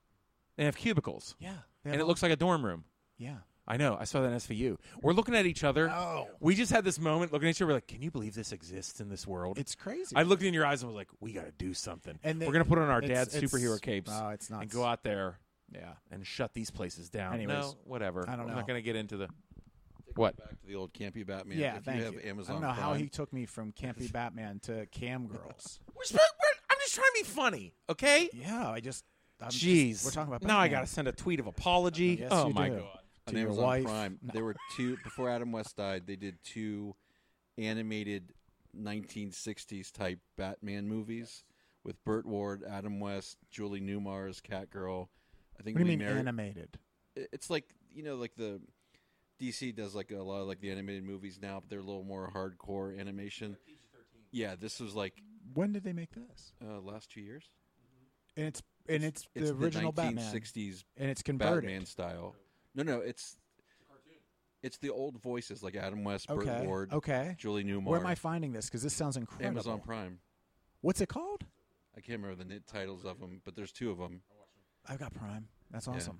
[SPEAKER 2] They have cubicles,
[SPEAKER 1] Yeah,
[SPEAKER 2] and it looks like a dorm room.
[SPEAKER 1] yeah.
[SPEAKER 2] I know. I saw that in SVU. We're looking at each other.
[SPEAKER 1] Oh.
[SPEAKER 2] We just had this moment looking at each other. We're like, can you believe this exists in this world?
[SPEAKER 1] It's crazy.
[SPEAKER 2] I looked in your eyes and was like, we got to do something.
[SPEAKER 1] And
[SPEAKER 2] we're
[SPEAKER 1] the-
[SPEAKER 2] going to put on our
[SPEAKER 1] it's-
[SPEAKER 2] dad's
[SPEAKER 1] it's-
[SPEAKER 2] superhero capes
[SPEAKER 1] no, it's not.
[SPEAKER 2] and go out there
[SPEAKER 1] Yeah.
[SPEAKER 2] and shut these places down.
[SPEAKER 1] Anyways,
[SPEAKER 2] no, whatever.
[SPEAKER 1] I don't
[SPEAKER 2] I'm not
[SPEAKER 1] know.
[SPEAKER 2] going to get into the. What?
[SPEAKER 3] Back to the old campy Batman.
[SPEAKER 1] Yeah,
[SPEAKER 3] if
[SPEAKER 1] thank
[SPEAKER 3] you have
[SPEAKER 1] I
[SPEAKER 3] Amazon
[SPEAKER 1] don't know how
[SPEAKER 3] Prime-
[SPEAKER 1] he took me from campy Batman to cam girls.
[SPEAKER 2] We're, sp- we're- I'm just trying to be funny, okay?
[SPEAKER 1] yeah, I just. I'm just-
[SPEAKER 2] Jeez.
[SPEAKER 1] we're talking about.
[SPEAKER 2] Now I
[SPEAKER 1] Batman.
[SPEAKER 2] got to send a tweet of apology.
[SPEAKER 1] Yes,
[SPEAKER 2] oh,
[SPEAKER 1] you
[SPEAKER 2] my
[SPEAKER 1] do.
[SPEAKER 2] God.
[SPEAKER 1] to
[SPEAKER 3] on
[SPEAKER 1] your
[SPEAKER 3] Amazon
[SPEAKER 1] wife.
[SPEAKER 3] Prime. There were two before Adam West died. They did two animated 1960s type Batman movies with Burt Ward, Adam West, Julie Newmar as Catgirl. I think
[SPEAKER 1] What do you
[SPEAKER 3] Lee
[SPEAKER 1] mean
[SPEAKER 3] Mary-
[SPEAKER 1] animated?
[SPEAKER 3] it- It's like you know, like the DC does like a lot of like the animated movies now, but they're a little more hardcore animation. Yeah, this was like
[SPEAKER 1] When did they make this?
[SPEAKER 3] uh, last two years.
[SPEAKER 1] And it's and it's,
[SPEAKER 3] It's
[SPEAKER 1] the original Batman,
[SPEAKER 3] 1960s
[SPEAKER 1] and it's converted.
[SPEAKER 3] Batman style. No, no, it's it's the old voices like Adam West,
[SPEAKER 1] okay.
[SPEAKER 3] Burt Ward,
[SPEAKER 1] Okay.
[SPEAKER 3] Julie Newmar.
[SPEAKER 1] Where am I finding this? Because this sounds incredible.
[SPEAKER 3] Amazon Prime.
[SPEAKER 1] What's it called?
[SPEAKER 3] I can't remember the nit titles of them, but there's two of them.
[SPEAKER 1] I've got Prime. That's awesome.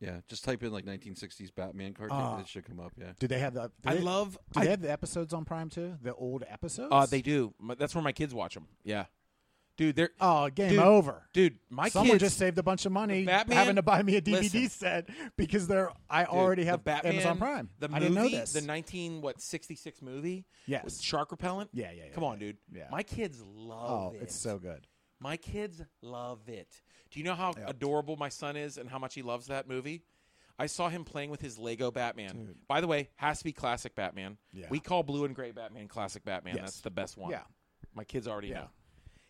[SPEAKER 3] Yeah, just type in like 1960s Batman cartoon.
[SPEAKER 1] Ah.
[SPEAKER 3] it should come up. Yeah,
[SPEAKER 1] Do they have the? do
[SPEAKER 2] I
[SPEAKER 1] they-
[SPEAKER 2] love.
[SPEAKER 1] Do
[SPEAKER 2] I-
[SPEAKER 1] they have the episodes on Prime too? The old episodes?
[SPEAKER 2] uh, they do. My- That's where my kids watch them. Yeah. Dude, they're.
[SPEAKER 1] Oh, game
[SPEAKER 2] Dude,
[SPEAKER 1] over.
[SPEAKER 2] Dude, my
[SPEAKER 1] Someone
[SPEAKER 2] kids
[SPEAKER 1] just saved a bunch of money
[SPEAKER 2] Batman-
[SPEAKER 1] having to buy me a DVD
[SPEAKER 2] listen.
[SPEAKER 1] set because they're I
[SPEAKER 2] Dude,
[SPEAKER 1] already
[SPEAKER 2] the
[SPEAKER 1] have
[SPEAKER 2] Batman,
[SPEAKER 1] Amazon Prime.
[SPEAKER 2] The
[SPEAKER 1] I didn't know
[SPEAKER 2] movie,
[SPEAKER 1] this.
[SPEAKER 2] The nineteen what sixty six movie.
[SPEAKER 1] Yes.
[SPEAKER 2] With shark repellent.
[SPEAKER 1] Yeah, yeah, yeah,
[SPEAKER 2] Come on,
[SPEAKER 1] yeah.
[SPEAKER 2] dude.
[SPEAKER 1] Yeah.
[SPEAKER 2] My kids love
[SPEAKER 1] oh,
[SPEAKER 2] it.
[SPEAKER 1] it's so good.
[SPEAKER 2] My kids love it. Do you know how
[SPEAKER 1] Yeah.
[SPEAKER 2] adorable my son is and how much he loves that movie? I saw him playing with his Lego Batman. By the way, has to be classic Batman.
[SPEAKER 1] Yeah.
[SPEAKER 2] We call blue and gray Batman classic Batman.
[SPEAKER 1] Yes.
[SPEAKER 2] That's the best one.
[SPEAKER 1] Yeah.
[SPEAKER 2] My kids already
[SPEAKER 1] Yeah.
[SPEAKER 2] know.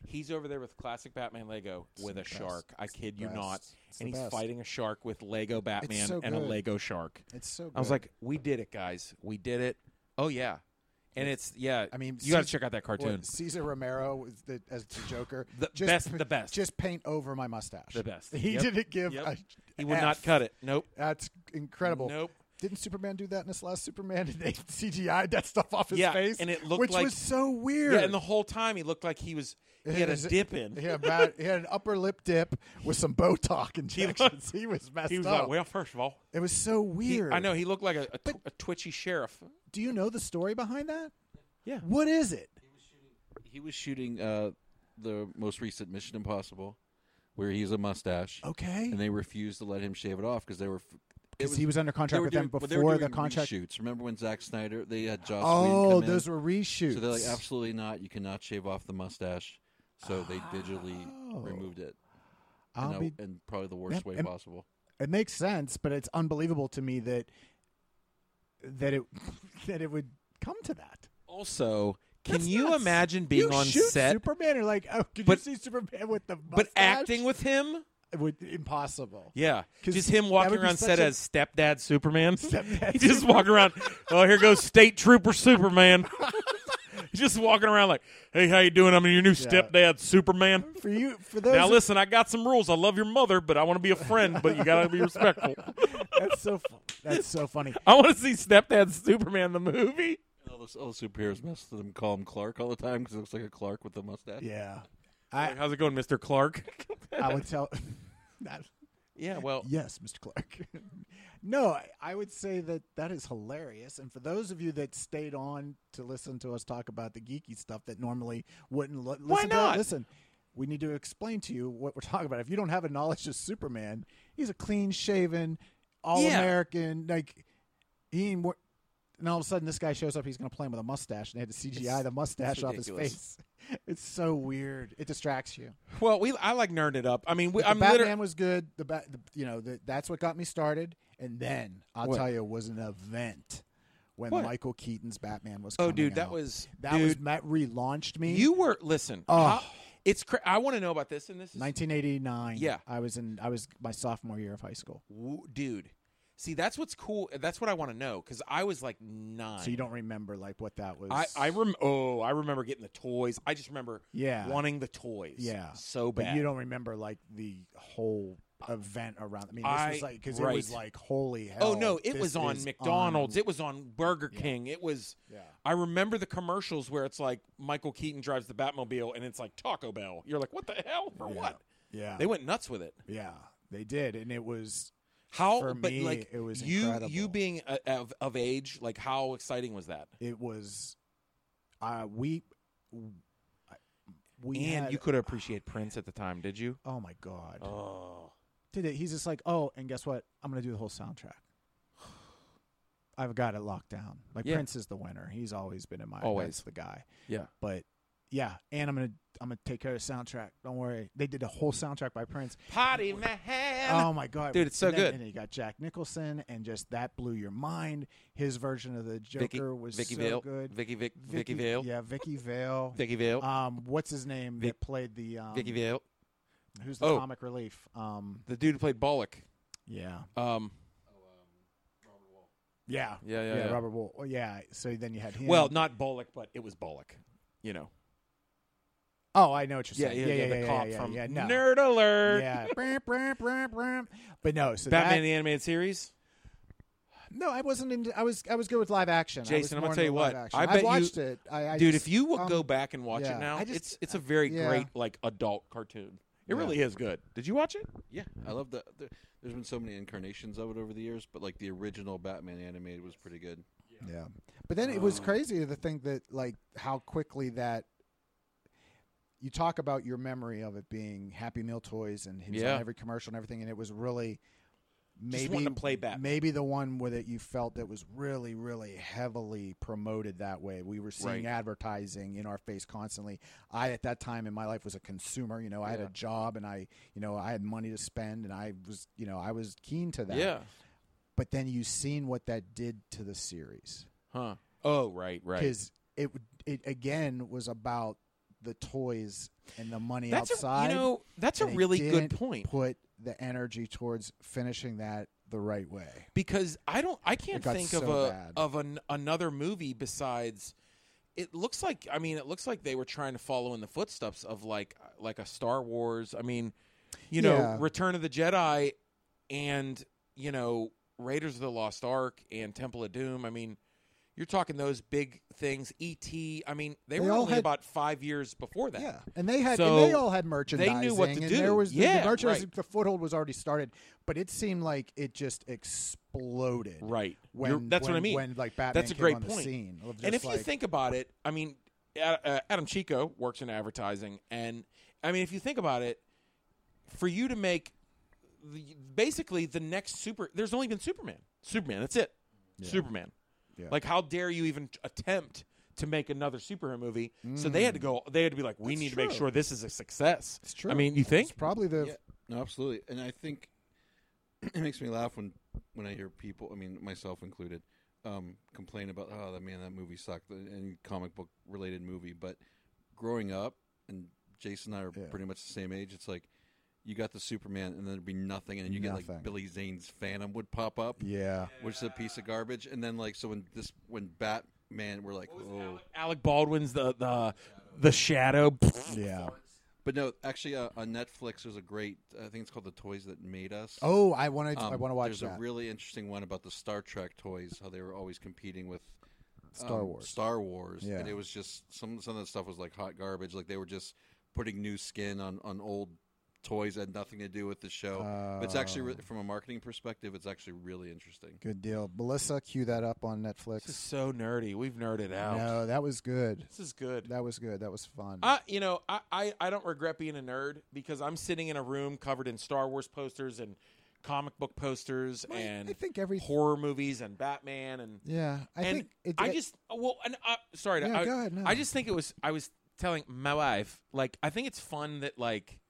[SPEAKER 2] He's over there with classic Batman Lego with a
[SPEAKER 1] the best.
[SPEAKER 2] shark. I
[SPEAKER 1] It's the
[SPEAKER 2] kid you not.
[SPEAKER 1] best. It's
[SPEAKER 2] and
[SPEAKER 1] the
[SPEAKER 2] he's
[SPEAKER 1] best.
[SPEAKER 2] fighting a shark with Lego Batman
[SPEAKER 1] so
[SPEAKER 2] and a
[SPEAKER 1] good.
[SPEAKER 2] Lego shark.
[SPEAKER 1] It's so. good.
[SPEAKER 2] I was like, we did it, guys. We did it. Oh yeah, and it's yeah.
[SPEAKER 1] I mean,
[SPEAKER 2] you got to
[SPEAKER 1] Caesar-
[SPEAKER 2] check out that
[SPEAKER 1] What,
[SPEAKER 2] cartoon.
[SPEAKER 1] Caesar Romero was the, as the Joker.
[SPEAKER 2] The best- the best.
[SPEAKER 1] Just paint over my mustache.
[SPEAKER 2] The best.
[SPEAKER 1] He
[SPEAKER 2] Yep.
[SPEAKER 1] didn't give.
[SPEAKER 2] Yep.
[SPEAKER 1] A
[SPEAKER 2] He would
[SPEAKER 1] F.
[SPEAKER 2] not cut it. Nope.
[SPEAKER 1] That's incredible.
[SPEAKER 2] Nope.
[SPEAKER 1] Didn't Superman do that in this last Superman? And they CGI that stuff off his
[SPEAKER 2] Yeah,
[SPEAKER 1] face,
[SPEAKER 2] and it looked
[SPEAKER 1] which
[SPEAKER 2] like-
[SPEAKER 1] was so weird.
[SPEAKER 2] Yeah, and the whole time he looked like he was he had a
[SPEAKER 1] Is it-
[SPEAKER 2] dip in.
[SPEAKER 1] He had, about, he had an upper lip dip with some Botox injections. He was messed
[SPEAKER 2] He was
[SPEAKER 1] up.
[SPEAKER 2] like, well, first of all,
[SPEAKER 1] it was so
[SPEAKER 2] he-
[SPEAKER 1] weird.
[SPEAKER 2] I know he looked like a, a, tw- a twitchy sheriff.
[SPEAKER 1] Do you know the story behind that?
[SPEAKER 2] Yeah.
[SPEAKER 1] What is it?
[SPEAKER 3] He was shooting uh, the most recent Mission Impossible, where he's a mustache,
[SPEAKER 1] Okay.
[SPEAKER 3] and they refused to let him shave it off because they were. f- It
[SPEAKER 1] Because he was under
[SPEAKER 3] they
[SPEAKER 1] contract
[SPEAKER 3] were
[SPEAKER 1] with
[SPEAKER 3] doing,
[SPEAKER 1] them
[SPEAKER 3] well,
[SPEAKER 1] before
[SPEAKER 3] they were
[SPEAKER 1] the
[SPEAKER 3] doing
[SPEAKER 1] contract.
[SPEAKER 3] Reshoots. Remember when Zack Snyder they had Joss Whedon
[SPEAKER 1] Oh,
[SPEAKER 3] come in?
[SPEAKER 1] those were reshoots.
[SPEAKER 3] So they're like, absolutely not. You cannot shave off the mustache. So they digitally removed it,
[SPEAKER 1] Oh. I'll
[SPEAKER 3] and,
[SPEAKER 1] be-
[SPEAKER 3] and probably the worst
[SPEAKER 1] Yep,
[SPEAKER 3] way
[SPEAKER 1] and-
[SPEAKER 3] possible.
[SPEAKER 1] it makes sense, but it's unbelievable to me that that it that it would come to that.
[SPEAKER 2] Also, can
[SPEAKER 1] That's
[SPEAKER 2] you
[SPEAKER 1] nuts.
[SPEAKER 2] imagine being
[SPEAKER 1] You
[SPEAKER 2] on
[SPEAKER 1] shoot
[SPEAKER 2] set
[SPEAKER 1] Superman, you're like, oh, did
[SPEAKER 2] But-
[SPEAKER 1] you see Superman with the mustache?
[SPEAKER 2] but acting with him?
[SPEAKER 1] It would impossible.
[SPEAKER 2] Yeah,
[SPEAKER 1] 'Cause
[SPEAKER 2] just him
[SPEAKER 1] that
[SPEAKER 2] walking
[SPEAKER 1] would be
[SPEAKER 2] around
[SPEAKER 1] such
[SPEAKER 2] set
[SPEAKER 1] a-
[SPEAKER 2] as stepdad Superman.
[SPEAKER 1] Stepdad
[SPEAKER 2] he just walking around. Oh, here goes State Trooper Superman. He's just walking around like, hey, how you doing? I'm your new stepdad Superman.
[SPEAKER 1] For you, for those,
[SPEAKER 2] Now listen, I got some rules. I love your mother, but I want to be a friend, but you gotta be respectful.
[SPEAKER 1] that's so fu- that's so funny.
[SPEAKER 2] I want to see Stepdad Superman the movie.
[SPEAKER 3] All those, all the superheroes mess with them. Call him Clark all the time because it looks like a Clark with a mustache.
[SPEAKER 1] Yeah,
[SPEAKER 2] Hey, how's it going, Mister Clark?
[SPEAKER 1] I would tell. that,
[SPEAKER 2] yeah, well,
[SPEAKER 1] yes, Mr. Clark. no, I, I would say that that is hilarious. And for those of you that stayed on to listen to us talk about the geeky stuff that normally wouldn't lo- listen
[SPEAKER 2] Why
[SPEAKER 1] to
[SPEAKER 2] not?
[SPEAKER 1] that, listen. We need to explain to you what we're talking about. If you don't have a knowledge of Superman, he's a clean-shaven, all-American. Like he, ain't wor- and all of a sudden this guy shows up. He's going to play him with a mustache, and they had to CGI
[SPEAKER 2] It's-
[SPEAKER 1] the mustache
[SPEAKER 2] it's
[SPEAKER 1] off his
[SPEAKER 2] ridiculous.
[SPEAKER 1] face. It's so weird. It distracts you.
[SPEAKER 2] well, we I like nerding it up. I mean, we,
[SPEAKER 1] The
[SPEAKER 2] I'm
[SPEAKER 1] Batman
[SPEAKER 2] literally
[SPEAKER 1] was good. The, ba- the you know the, that's what got me started, and then I'll
[SPEAKER 2] What?
[SPEAKER 1] tell you, it was an event when
[SPEAKER 2] What?
[SPEAKER 1] Michael Keaton's Batman was.
[SPEAKER 2] Oh,
[SPEAKER 1] coming
[SPEAKER 2] dude, that
[SPEAKER 1] out.
[SPEAKER 2] was-
[SPEAKER 1] that was
[SPEAKER 2] dude.
[SPEAKER 1] that relaunched me.
[SPEAKER 2] you were listen.
[SPEAKER 1] Oh.
[SPEAKER 2] how- it's cra- I want to know about this, and this is
[SPEAKER 1] 1989.
[SPEAKER 2] Yeah.
[SPEAKER 1] I was in. I was my sophomore year of high school,
[SPEAKER 2] Wo- dude. See, that's what's cool. That's what I want to know because I was like nine.
[SPEAKER 1] so you don't remember like what that was.
[SPEAKER 2] I I rem- oh I remember getting the toys. I just remember
[SPEAKER 1] Yeah.
[SPEAKER 2] wanting the toys
[SPEAKER 1] Yeah.
[SPEAKER 2] so bad.
[SPEAKER 1] but you don't remember like the whole event around. I mean, this
[SPEAKER 2] I-
[SPEAKER 1] was like because it
[SPEAKER 2] right.
[SPEAKER 1] was like holy hell.
[SPEAKER 2] Oh no, it
[SPEAKER 1] this
[SPEAKER 2] was on
[SPEAKER 1] is
[SPEAKER 2] McDonald's.
[SPEAKER 1] on-
[SPEAKER 2] It was on Burger King. It was
[SPEAKER 1] Yeah.
[SPEAKER 2] I remember the commercials where it's like Michael Keaton drives the Batmobile and it's like Taco Bell. You're like, "What the hell? For
[SPEAKER 1] Yeah.
[SPEAKER 2] what?"
[SPEAKER 1] yeah,
[SPEAKER 2] They went nuts with it.
[SPEAKER 1] yeah, they did, and it was
[SPEAKER 2] How
[SPEAKER 1] For
[SPEAKER 2] but
[SPEAKER 1] me,
[SPEAKER 2] like
[SPEAKER 1] it was
[SPEAKER 2] you you
[SPEAKER 1] incredible.
[SPEAKER 2] being uh, of, of age, like how exciting was that?
[SPEAKER 1] it was uh we we
[SPEAKER 2] and
[SPEAKER 1] had-
[SPEAKER 2] you could appreciate Prince at the time, did you?
[SPEAKER 1] oh my god
[SPEAKER 2] Oh.
[SPEAKER 1] did it he's just like oh and guess what i'm gonna do the whole soundtrack i've got it locked down like
[SPEAKER 2] Yeah.
[SPEAKER 1] prince is the winner he's always been in my
[SPEAKER 2] Always.
[SPEAKER 1] that's the guy
[SPEAKER 2] Yeah.
[SPEAKER 1] but yeah and i'm gonna i'm gonna take care of the soundtrack don't worry they did the whole soundtrack by prince
[SPEAKER 2] Potty man.
[SPEAKER 1] oh my god
[SPEAKER 2] Dude, it's so
[SPEAKER 1] And then-
[SPEAKER 2] good.
[SPEAKER 1] and then you got jack nicholson and just that blew your mind his version of the joker
[SPEAKER 2] Vicky,
[SPEAKER 1] was
[SPEAKER 2] Vicky
[SPEAKER 1] so
[SPEAKER 2] Vale.
[SPEAKER 1] good
[SPEAKER 2] Vicky Vic, Vicky Vale.
[SPEAKER 1] yeah vicky vale
[SPEAKER 2] Vicky Vale.
[SPEAKER 1] um, what's his name
[SPEAKER 2] Oh. Vic-
[SPEAKER 1] that played the um,
[SPEAKER 2] Vicky Vale.
[SPEAKER 1] who's the
[SPEAKER 2] Oh.
[SPEAKER 1] comic relief? Um,
[SPEAKER 2] The dude who played Bollock.
[SPEAKER 1] yeah,
[SPEAKER 2] Um
[SPEAKER 1] yeah,
[SPEAKER 2] yeah, yeah.
[SPEAKER 1] yeah,
[SPEAKER 2] yeah.
[SPEAKER 1] Robert Wool. Oh, yeah, so then you had him.
[SPEAKER 2] Well, not Bollock, but it was Bollock. You know.
[SPEAKER 1] oh, I know what you're
[SPEAKER 2] Yeah,
[SPEAKER 1] saying.
[SPEAKER 2] yeah, yeah.
[SPEAKER 1] yeah,
[SPEAKER 2] the
[SPEAKER 1] yeah,
[SPEAKER 2] cop
[SPEAKER 1] yeah,
[SPEAKER 2] from
[SPEAKER 1] yeah, no.
[SPEAKER 2] Nerd Alert.
[SPEAKER 1] Yeah, Brum, brum, brum, brum. but no. So
[SPEAKER 2] Batman
[SPEAKER 1] that,
[SPEAKER 2] the animated series.
[SPEAKER 1] no, I wasn't. Into, I was I was good with live action. I was
[SPEAKER 2] Jason, I'm gonna
[SPEAKER 1] more
[SPEAKER 2] tell
[SPEAKER 1] into
[SPEAKER 2] you
[SPEAKER 1] live
[SPEAKER 2] what,
[SPEAKER 1] action.
[SPEAKER 2] I
[SPEAKER 1] I've
[SPEAKER 2] bet you-
[SPEAKER 1] watched it, I, I
[SPEAKER 2] Dude,
[SPEAKER 1] just-
[SPEAKER 2] if you will
[SPEAKER 1] um,
[SPEAKER 2] go back and watch it
[SPEAKER 1] yeah,
[SPEAKER 2] now,
[SPEAKER 1] I just-
[SPEAKER 2] it's it's a very
[SPEAKER 1] yeah.
[SPEAKER 2] great like adult cartoon. It
[SPEAKER 1] Yeah.
[SPEAKER 2] really is good. Did you watch it?
[SPEAKER 3] Yeah, I love the. the there's been so many incarnations of it over the years, but like the original Batman animated was pretty good.
[SPEAKER 1] Yeah. But then it was
[SPEAKER 2] Um,
[SPEAKER 1] crazy to think that like how quickly that you talk about your memory of it being Happy Meal toys and he was
[SPEAKER 2] Yeah.
[SPEAKER 1] on every commercial and everything, and it was really
[SPEAKER 2] Just
[SPEAKER 1] maybe
[SPEAKER 2] wanted to play Batman.
[SPEAKER 1] maybe the one where that you felt that was really really heavily promoted that way. We were seeing
[SPEAKER 2] Right.
[SPEAKER 1] advertising in our face constantly. I at that time in my life was a consumer. You know, I had
[SPEAKER 2] Yeah.
[SPEAKER 1] a job and I you know I had money to spend and I was you know I was keen to that.
[SPEAKER 2] Yeah.
[SPEAKER 1] But then you seen what that did to the series
[SPEAKER 2] Huh. Oh, right, right.
[SPEAKER 1] because it w- it again was about the toys and the money
[SPEAKER 2] That's
[SPEAKER 1] outside.
[SPEAKER 2] a you know that's a
[SPEAKER 1] and it
[SPEAKER 2] really good
[SPEAKER 1] didn't
[SPEAKER 2] point
[SPEAKER 1] Put the energy towards finishing that the right way.
[SPEAKER 2] because I don't I can't
[SPEAKER 1] got
[SPEAKER 2] think of
[SPEAKER 1] so
[SPEAKER 2] a
[SPEAKER 1] bad.
[SPEAKER 2] of an, another movie besides. It looks like I mean it looks like they were trying to follow in the footsteps of like like a Star Wars. I mean, you know,
[SPEAKER 1] Yeah.
[SPEAKER 2] Return of the Jedi, and you know Raiders of the Lost Ark and Temple of Doom. I mean, you're talking those big things. E.T. I mean, they,
[SPEAKER 1] They
[SPEAKER 2] were
[SPEAKER 1] all
[SPEAKER 2] only
[SPEAKER 1] had-
[SPEAKER 2] about five years before that.
[SPEAKER 1] Yeah, and they had
[SPEAKER 2] So
[SPEAKER 1] and they all had merchandising.
[SPEAKER 2] what to
[SPEAKER 1] and
[SPEAKER 2] do.
[SPEAKER 1] There was the-
[SPEAKER 2] Yeah,
[SPEAKER 1] the merchandising.
[SPEAKER 2] right.
[SPEAKER 1] The foothold was already started, but it seemed like it just exploded.
[SPEAKER 2] Right.
[SPEAKER 1] When
[SPEAKER 2] You're- that's
[SPEAKER 1] when,
[SPEAKER 2] what I mean.
[SPEAKER 1] When like Batman
[SPEAKER 2] That's a
[SPEAKER 1] came
[SPEAKER 2] great
[SPEAKER 1] on
[SPEAKER 2] point.
[SPEAKER 1] the scene. of just
[SPEAKER 2] and if
[SPEAKER 1] like,
[SPEAKER 2] you think about it, I mean, Ad- uh, Adam Chico works in advertising, and I mean, if you think about it, for you to make the, basically the next super, there's only been Superman. Superman. That's it. Superman.
[SPEAKER 1] Yeah.
[SPEAKER 2] Like, how dare you even t- attempt to make another superhero movie? So they had to go. They had to be like, we
[SPEAKER 1] Mm. That's
[SPEAKER 2] need to make
[SPEAKER 1] true.
[SPEAKER 2] sure this is a success.
[SPEAKER 1] It's true.
[SPEAKER 2] I mean, you think?
[SPEAKER 1] it's probably the
[SPEAKER 3] Yeah, no, absolutely. And I think it makes me laugh when when I hear people, I mean myself included, um, complain about oh that man that movie sucked, uh, any comic book related movie. But growing up, and Jason and I are
[SPEAKER 1] Yeah.
[SPEAKER 3] pretty much the same age. It's like you got the Superman, and then there'd be nothing, and then you get
[SPEAKER 1] Nothing.
[SPEAKER 3] like Billy Zane's Phantom would pop up,
[SPEAKER 1] yeah.
[SPEAKER 3] which is a piece of garbage. And then like so when this when Batman, we're like oh.
[SPEAKER 2] Alec Baldwin's the the the shadow.
[SPEAKER 1] Yeah.
[SPEAKER 3] But no, actually, uh, on Netflix, there's a great. I think it's called "The Toys That Made Us."
[SPEAKER 1] Oh, I wanted. I
[SPEAKER 3] Um,
[SPEAKER 1] want to watch
[SPEAKER 3] There's
[SPEAKER 1] that.
[SPEAKER 3] a really interesting one about the Star Trek toys, how they were always competing with
[SPEAKER 1] Star
[SPEAKER 3] um,
[SPEAKER 1] Wars.
[SPEAKER 3] Star Wars,
[SPEAKER 1] Yeah.
[SPEAKER 3] and it was just some some of that stuff was like hot garbage. Like they were just putting new skin on on old toys that had nothing to do with the show. but it's actually re-
[SPEAKER 1] Oh.
[SPEAKER 3] from a marketing perspective, it's actually really interesting.
[SPEAKER 1] Good deal, Melissa. Cue that up on
[SPEAKER 2] This is
[SPEAKER 1] Netflix.
[SPEAKER 2] so nerdy. We've nerded out.
[SPEAKER 1] No, that was good.
[SPEAKER 2] This is good.
[SPEAKER 1] That was good. That was fun.
[SPEAKER 2] I, you know, I, I, I don't regret being a nerd because I'm sitting in a room covered in Star Wars posters and comic book posters
[SPEAKER 1] My-
[SPEAKER 2] and
[SPEAKER 1] I think every
[SPEAKER 2] horror movies and Batman and
[SPEAKER 1] yeah. I
[SPEAKER 2] and
[SPEAKER 1] think it,
[SPEAKER 2] I just well and uh, sorry to,
[SPEAKER 1] yeah.
[SPEAKER 2] I,
[SPEAKER 1] go ahead. No.
[SPEAKER 2] I just think it was I was telling my wife like I think it's fun that like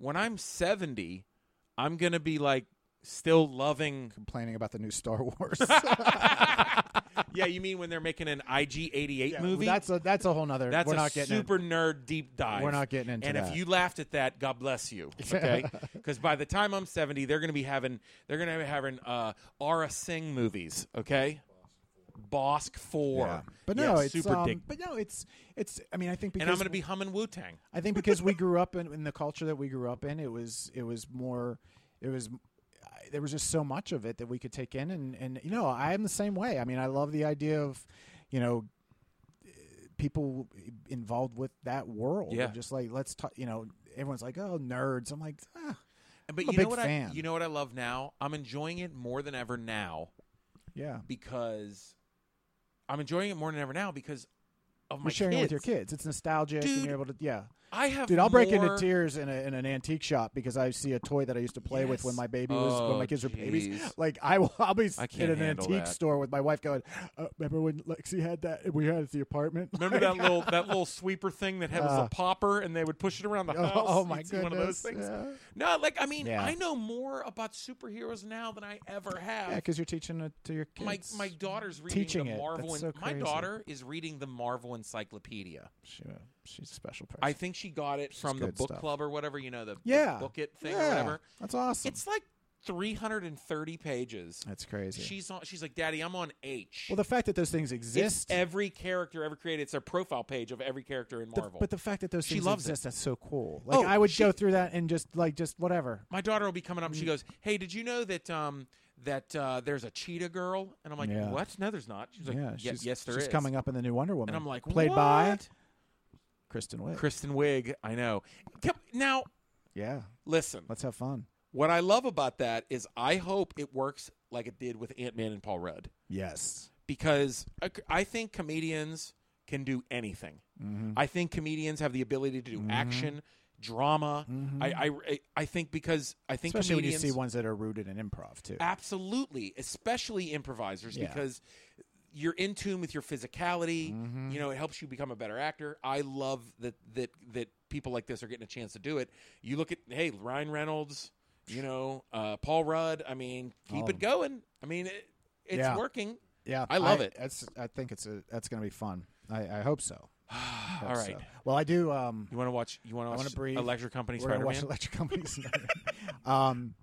[SPEAKER 2] when I'm 70 I'm gonna be like still loving.
[SPEAKER 1] complaining about the new Star Wars
[SPEAKER 2] yeah, you mean when they're making an IG88
[SPEAKER 1] Yeah, well,
[SPEAKER 2] movie?
[SPEAKER 1] That's a that's a whole nother.
[SPEAKER 2] That's
[SPEAKER 1] we're
[SPEAKER 2] a
[SPEAKER 1] not getting in-
[SPEAKER 2] super nerd deep dive.
[SPEAKER 1] We're not getting into
[SPEAKER 2] And
[SPEAKER 1] that.
[SPEAKER 2] if you laughed at that, God bless you. Okay, because by the time I'm 70, they're going to be having they're going to be having uh, Ara Singh movies. Okay, Bosk Four.
[SPEAKER 1] Yeah. But no,
[SPEAKER 2] Yeah,
[SPEAKER 1] it's
[SPEAKER 2] super
[SPEAKER 1] um,
[SPEAKER 2] dick.
[SPEAKER 1] But no, it's it's. I mean, I think because
[SPEAKER 2] And I'm going to be humming Wu Tang.
[SPEAKER 1] I think because we grew up in, in the culture that we grew up in, it was it was more, it was I- there was just so much of it that we could take in, and and you know I am the same way. I mean, I love the idea of, you know, eh, people involved with that world.
[SPEAKER 2] Yeah.
[SPEAKER 1] just like let's talk. You know, everyone's like, oh, nerds. I'm like, ah, I'm
[SPEAKER 2] But
[SPEAKER 1] a
[SPEAKER 2] you know
[SPEAKER 1] big
[SPEAKER 2] what
[SPEAKER 1] fan.
[SPEAKER 2] I you know what I love now. I'm enjoying it more than ever now
[SPEAKER 1] yeah.
[SPEAKER 2] because I'm enjoying it more than ever now because of my
[SPEAKER 1] You're sharing it with your
[SPEAKER 2] kids.
[SPEAKER 1] kids. It's nostalgic, and
[SPEAKER 2] Dude.
[SPEAKER 1] you're able to yeah.
[SPEAKER 2] I have
[SPEAKER 1] Dude, I'll break
[SPEAKER 2] more-
[SPEAKER 1] into tears in, a, in an antique shop because I see a toy that I used to play with when
[SPEAKER 2] Yes.
[SPEAKER 1] my baby was when
[SPEAKER 2] Oh,
[SPEAKER 1] my kids were babies.
[SPEAKER 2] jeez.
[SPEAKER 1] Like I will, I'll be
[SPEAKER 2] I
[SPEAKER 1] in
[SPEAKER 2] can't
[SPEAKER 1] an
[SPEAKER 2] handle
[SPEAKER 1] antique
[SPEAKER 2] that.
[SPEAKER 1] store with my wife going, uh, "Remember when Lexi had that? and We had it at the apartment."
[SPEAKER 2] Remember that little that little sweeper thing that had was
[SPEAKER 1] Uh,
[SPEAKER 2] a popper, and they would push it around the house.
[SPEAKER 1] oh, oh my
[SPEAKER 2] You'd see one of those
[SPEAKER 1] goodness!
[SPEAKER 2] things.
[SPEAKER 1] Yeah,
[SPEAKER 2] No, like I mean,
[SPEAKER 1] Yeah.
[SPEAKER 2] I know more about superheroes now than I ever have.
[SPEAKER 1] because you're teaching it to your
[SPEAKER 2] my
[SPEAKER 1] kids.
[SPEAKER 2] my daughter's reading
[SPEAKER 1] Teaching
[SPEAKER 2] the
[SPEAKER 1] it.
[SPEAKER 2] Marvel.
[SPEAKER 1] That's
[SPEAKER 2] en-
[SPEAKER 1] so
[SPEAKER 2] my
[SPEAKER 1] crazy.
[SPEAKER 2] daughter is reading the Marvel Encyclopedia.
[SPEAKER 1] she, uh, she's a special person.
[SPEAKER 2] I think she got it from the
[SPEAKER 1] good
[SPEAKER 2] book
[SPEAKER 1] stuff.
[SPEAKER 2] club or whatever. You know the, the
[SPEAKER 1] yeah,
[SPEAKER 2] book it thing
[SPEAKER 1] yeah.
[SPEAKER 2] or whatever.
[SPEAKER 1] That's awesome.
[SPEAKER 2] It's like 330 pages.
[SPEAKER 1] That's crazy.
[SPEAKER 2] She's on. She's like, Daddy, I'm on H.
[SPEAKER 1] well, the fact that those things
[SPEAKER 2] it's
[SPEAKER 1] exist,
[SPEAKER 2] every character ever created. It's a profile page of every character in
[SPEAKER 1] the-
[SPEAKER 2] Marvel.
[SPEAKER 1] but the fact that those
[SPEAKER 2] She
[SPEAKER 1] things
[SPEAKER 2] loves it.
[SPEAKER 1] exist, that's so cool. Like
[SPEAKER 2] Oh,
[SPEAKER 1] I would
[SPEAKER 2] she-
[SPEAKER 1] go through that and just like just whatever.
[SPEAKER 2] my daughter will be coming
[SPEAKER 1] Mm.
[SPEAKER 2] up. She goes, "Hey, did you know that um that uh, there's a cheetah girl?" And I'm like,
[SPEAKER 1] Yeah.
[SPEAKER 2] "What? No, there's not." She's like,
[SPEAKER 1] yeah,
[SPEAKER 2] "Ye-
[SPEAKER 1] she's,
[SPEAKER 2] yes, there is."
[SPEAKER 1] she's coming up in the new Wonder Woman,
[SPEAKER 2] and I'm like,
[SPEAKER 1] played by
[SPEAKER 2] "What?"
[SPEAKER 1] Kristen Wiig.
[SPEAKER 2] Kristen Wiig. I know. Come- Now,
[SPEAKER 1] Yeah,
[SPEAKER 2] listen.
[SPEAKER 1] let's have fun.
[SPEAKER 2] What I love about that is I hope it works like it did with Ant Man and Paul Rudd
[SPEAKER 1] Yes.
[SPEAKER 2] because I c- I think comedians can do anything.
[SPEAKER 1] Mm. Mm-hmm.
[SPEAKER 2] I think comedians have the ability to do action, drama. I, I I think because I think
[SPEAKER 1] Mm-hmm. Especially when you
[SPEAKER 2] comedians,
[SPEAKER 1] see ones that are rooted in improv too.
[SPEAKER 2] Absolutely, especially improvisers,
[SPEAKER 1] Yeah.
[SPEAKER 2] because you're in tune with your physicality.
[SPEAKER 1] Mm-hmm.
[SPEAKER 2] You know, it helps you become a better actor. I love that that that people like this are getting a chance to do it. You look at hey Ryan Reynolds, you know uh, Paul Rudd. I mean, keep
[SPEAKER 1] All of
[SPEAKER 2] it going. I mean, it, it's
[SPEAKER 1] Oh. Yeah.
[SPEAKER 2] working.
[SPEAKER 1] Yeah,
[SPEAKER 2] I love it.
[SPEAKER 1] That's. I think it's a. That's going to be fun. I, I hope so. I
[SPEAKER 2] All
[SPEAKER 1] hope
[SPEAKER 2] right,
[SPEAKER 1] so. Well, I do. Um,
[SPEAKER 2] you want to watch? You want
[SPEAKER 1] wanna
[SPEAKER 2] to watch
[SPEAKER 1] breathe.
[SPEAKER 2] Electric Company
[SPEAKER 1] we're going
[SPEAKER 2] Spider
[SPEAKER 1] to watch
[SPEAKER 2] Man?
[SPEAKER 1] Electric Companies. um,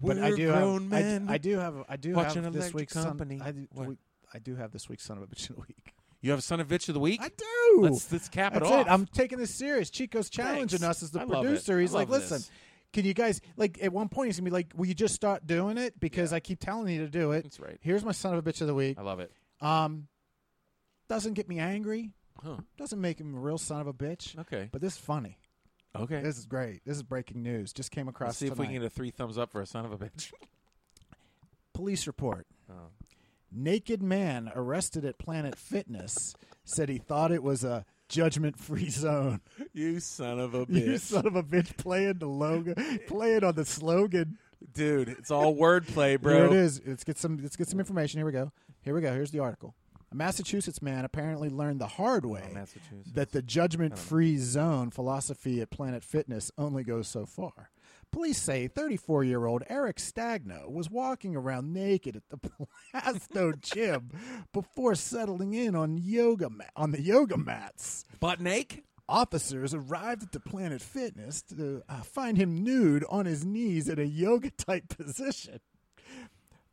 [SPEAKER 1] but I
[SPEAKER 2] We're
[SPEAKER 1] do have.
[SPEAKER 2] grown
[SPEAKER 1] I d-
[SPEAKER 2] men
[SPEAKER 1] I, do have. I do
[SPEAKER 2] watching
[SPEAKER 1] have this
[SPEAKER 2] Electric
[SPEAKER 1] week's
[SPEAKER 2] Company.
[SPEAKER 1] Son, I, do,
[SPEAKER 2] What?
[SPEAKER 1] we- I do have this week's son of a bitch of the week.
[SPEAKER 2] you have a son of bitch of the week.
[SPEAKER 1] I do.
[SPEAKER 2] Let's, let's cap
[SPEAKER 1] That's
[SPEAKER 2] it off.
[SPEAKER 1] I'm taking this serious. Chico's challenging us
[SPEAKER 2] Thanks.
[SPEAKER 1] as the
[SPEAKER 2] I love it.
[SPEAKER 1] producer. He's
[SPEAKER 2] I
[SPEAKER 1] like,
[SPEAKER 2] love
[SPEAKER 1] listen,
[SPEAKER 2] this.
[SPEAKER 1] Can you guys like at one point he's gonna be like, "Will you just start doing it?" Because I keep telling you to do it.
[SPEAKER 2] That's right. Oh.
[SPEAKER 1] Here's my son of a bitch of the week.
[SPEAKER 2] I love it.
[SPEAKER 1] Um, doesn't get me angry.
[SPEAKER 2] Huh.
[SPEAKER 1] Doesn't make him a real son of a bitch.
[SPEAKER 2] Okay.
[SPEAKER 1] But this is funny.
[SPEAKER 2] Okay.
[SPEAKER 1] This is great. This is breaking news. Just came across.
[SPEAKER 2] Let's see if we
[SPEAKER 1] tonight.
[SPEAKER 2] can get a three thumbs up for a son of a bitch.
[SPEAKER 1] Police report.
[SPEAKER 2] Oh.
[SPEAKER 1] Naked man arrested at Planet Fitness said he thought it was a judgment-free zone.
[SPEAKER 2] You son of a
[SPEAKER 1] You son of a bitch playing the logo, playing on the slogan.
[SPEAKER 2] dude! It's all wordplay, bro.
[SPEAKER 1] Here it is. Let's get some. Let's get some information. Here we go. Here we go. Here's the article. A Massachusetts man apparently learned the hard way
[SPEAKER 2] Oh, Massachusetts.
[SPEAKER 1] that the judgment-free zone philosophy at Planet Fitness only goes so far. Police say 34-year-old Eric Stagno was walking around naked at the Plasto gym before settling in on yoga ma- on the yoga mats.
[SPEAKER 2] Butt naked.
[SPEAKER 1] Officers arrived at the Planet Fitness to uh, find him nude on his knees in a yoga type position.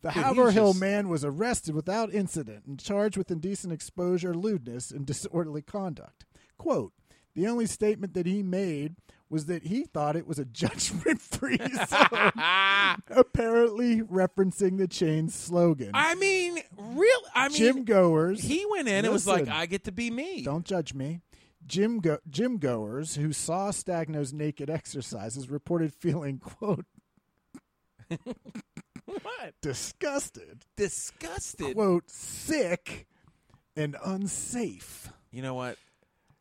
[SPEAKER 1] The
[SPEAKER 2] Dude,
[SPEAKER 1] Haverhill
[SPEAKER 2] he's just-
[SPEAKER 1] man was arrested without incident and charged with indecent exposure, lewdness, and disorderly conduct. Quote The only statement that he made was that he thought it was a judgment free zone,
[SPEAKER 2] Ah,
[SPEAKER 1] apparently referencing the chain's slogan.
[SPEAKER 2] I mean, real. I mean,
[SPEAKER 1] Gym goers.
[SPEAKER 2] he went in and was like,
[SPEAKER 1] Listen.
[SPEAKER 2] "I get to be me."
[SPEAKER 1] Don't judge me. Gym, go- gym goers who saw Stagno's naked exercises reported feeling, quote,
[SPEAKER 2] What?
[SPEAKER 1] disgusted,
[SPEAKER 2] Disgusted.
[SPEAKER 1] quote, sick, and unsafe.
[SPEAKER 2] you know what?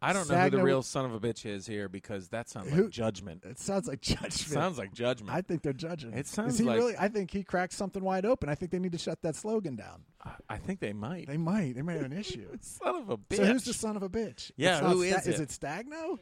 [SPEAKER 2] I don't know who the
[SPEAKER 1] Sagna-
[SPEAKER 2] real son of a bitch is here because that sounds
[SPEAKER 1] Who-
[SPEAKER 2] like judgment.
[SPEAKER 1] It sounds like judgment.
[SPEAKER 2] Sounds like judgment.
[SPEAKER 1] I think they're judging.
[SPEAKER 2] It sounds
[SPEAKER 1] Is he
[SPEAKER 2] like-
[SPEAKER 1] really? I think he cracked something wide open. I think they need to shut that slogan down.
[SPEAKER 2] I think they might.
[SPEAKER 1] They might. They might have an issue.
[SPEAKER 2] son of a bitch.
[SPEAKER 1] so who's the son of a bitch?
[SPEAKER 2] Yeah,
[SPEAKER 1] It's not
[SPEAKER 2] who
[SPEAKER 1] Sta-
[SPEAKER 2] is
[SPEAKER 1] Is
[SPEAKER 2] it?
[SPEAKER 1] it Stagno?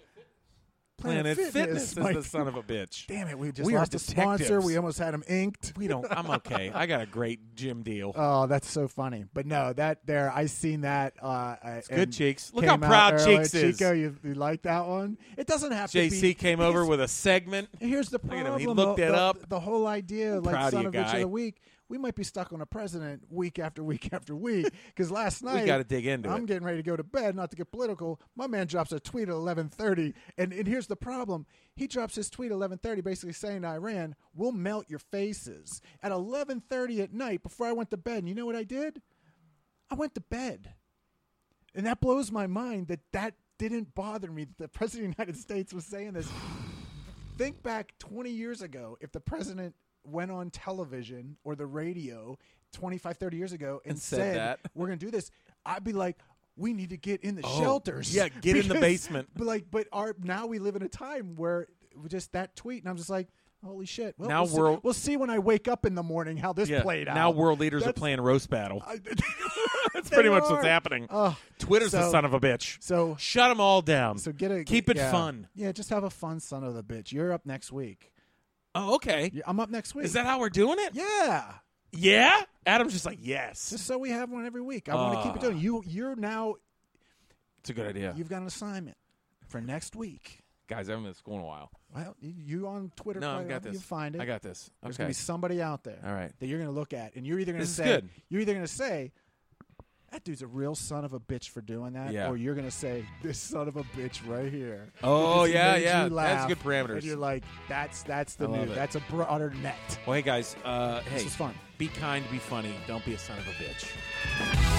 [SPEAKER 2] Planet Fitness,
[SPEAKER 1] might
[SPEAKER 2] is
[SPEAKER 1] be-
[SPEAKER 2] the son of a bitch.
[SPEAKER 1] Damn it! We just
[SPEAKER 2] We are
[SPEAKER 1] lost a sponsor.
[SPEAKER 2] detectives.
[SPEAKER 1] We almost had him inked.
[SPEAKER 2] We don't. I'm okay. I got a great gym deal.
[SPEAKER 1] Oh, that's so funny. But no, that there, I seen that. Uh, it's
[SPEAKER 2] good, Cheeks. Look how proud Cheeks is.
[SPEAKER 1] Chico, you, you like that one? It doesn't have to be.
[SPEAKER 2] JC came over with a segment.
[SPEAKER 1] Here's the
[SPEAKER 2] at
[SPEAKER 1] problem.
[SPEAKER 2] him. He looked
[SPEAKER 1] the,
[SPEAKER 2] it
[SPEAKER 1] the-
[SPEAKER 2] up.
[SPEAKER 1] The whole idea, like
[SPEAKER 2] proud of
[SPEAKER 1] son
[SPEAKER 2] you,
[SPEAKER 1] of, bitch
[SPEAKER 2] guy.
[SPEAKER 1] of the week, we might be stuck on a president week after week after week. Because last night,
[SPEAKER 2] gotta dig into
[SPEAKER 1] I'm
[SPEAKER 2] it.
[SPEAKER 1] getting ready to go to bed, not to get political. My man drops a tweet at 11:30, and and here's the problem: he drops his tweet at 11:30, basically saying, to "Iran, we'll melt your faces." At 11:30 at night, before I went to bed, and you know what I did? I went to bed. And that blows my mind that that didn't bother me that the president of the United States was saying this. Think back 20 years ago if the president went on television or the radio 25 30 years ago and,
[SPEAKER 2] And said that.
[SPEAKER 1] we're going to do this, I'd be like we need to get in the shelters.
[SPEAKER 2] Oh, yeah, get in the basement.
[SPEAKER 1] But like but our now we live in a time where just that tweet and I'm just like holy shit. Well,
[SPEAKER 2] Now
[SPEAKER 1] we'll see-
[SPEAKER 2] world-
[SPEAKER 1] we'll see when I wake up in the morning how this
[SPEAKER 2] Yeah.
[SPEAKER 1] played out.
[SPEAKER 2] Now world leaders are
[SPEAKER 1] That's-
[SPEAKER 2] playing roast battle.
[SPEAKER 1] I-
[SPEAKER 2] That's
[SPEAKER 1] they
[SPEAKER 2] pretty much
[SPEAKER 1] are.
[SPEAKER 2] what's happening.
[SPEAKER 1] Ugh.
[SPEAKER 2] Twitter's the
[SPEAKER 1] so-
[SPEAKER 2] son of a bitch.
[SPEAKER 1] so
[SPEAKER 2] Shut them all down.
[SPEAKER 1] So get a
[SPEAKER 2] keep it
[SPEAKER 1] yeah.
[SPEAKER 2] fun.
[SPEAKER 1] Yeah, just have a fun son of a bitch. You're up next week.
[SPEAKER 2] Oh, okay.
[SPEAKER 1] You- I'm up next week.
[SPEAKER 2] Is that how we're doing it?
[SPEAKER 1] Yeah.
[SPEAKER 2] Yeah. Adam's just like yes.
[SPEAKER 1] Just so we have one every week. I want to keep it
[SPEAKER 2] Ah.
[SPEAKER 1] doing. You you're now
[SPEAKER 2] It's a good idea,
[SPEAKER 1] you've got an assignment for next week.
[SPEAKER 2] guys. I haven't been to school in a while.
[SPEAKER 1] Well, you- you on Twitter?
[SPEAKER 2] No, I
[SPEAKER 1] probably,
[SPEAKER 2] got
[SPEAKER 1] You
[SPEAKER 2] this.
[SPEAKER 1] find it.
[SPEAKER 2] I got this.
[SPEAKER 1] There's
[SPEAKER 2] Okay.
[SPEAKER 1] gonna be somebody out there.
[SPEAKER 2] All right.
[SPEAKER 1] That you're gonna look at, and you're either gonna
[SPEAKER 2] This is
[SPEAKER 1] say
[SPEAKER 2] good.
[SPEAKER 1] you're either gonna say that dude's a real son of a bitch for doing that,
[SPEAKER 2] Yeah.
[SPEAKER 1] or you're gonna say this son of a bitch right here. because
[SPEAKER 2] Oh,
[SPEAKER 1] he
[SPEAKER 2] yeah,
[SPEAKER 1] made you
[SPEAKER 2] yeah. That's
[SPEAKER 1] laugh,"
[SPEAKER 2] good parameters.
[SPEAKER 1] And you're like, that's that's the
[SPEAKER 2] I love
[SPEAKER 1] new.
[SPEAKER 2] it.
[SPEAKER 1] That's a broader net.
[SPEAKER 2] Well, hey guys. Uh, hey,
[SPEAKER 1] was fun.
[SPEAKER 2] Be kind. Be funny. Don't be a son of a bitch.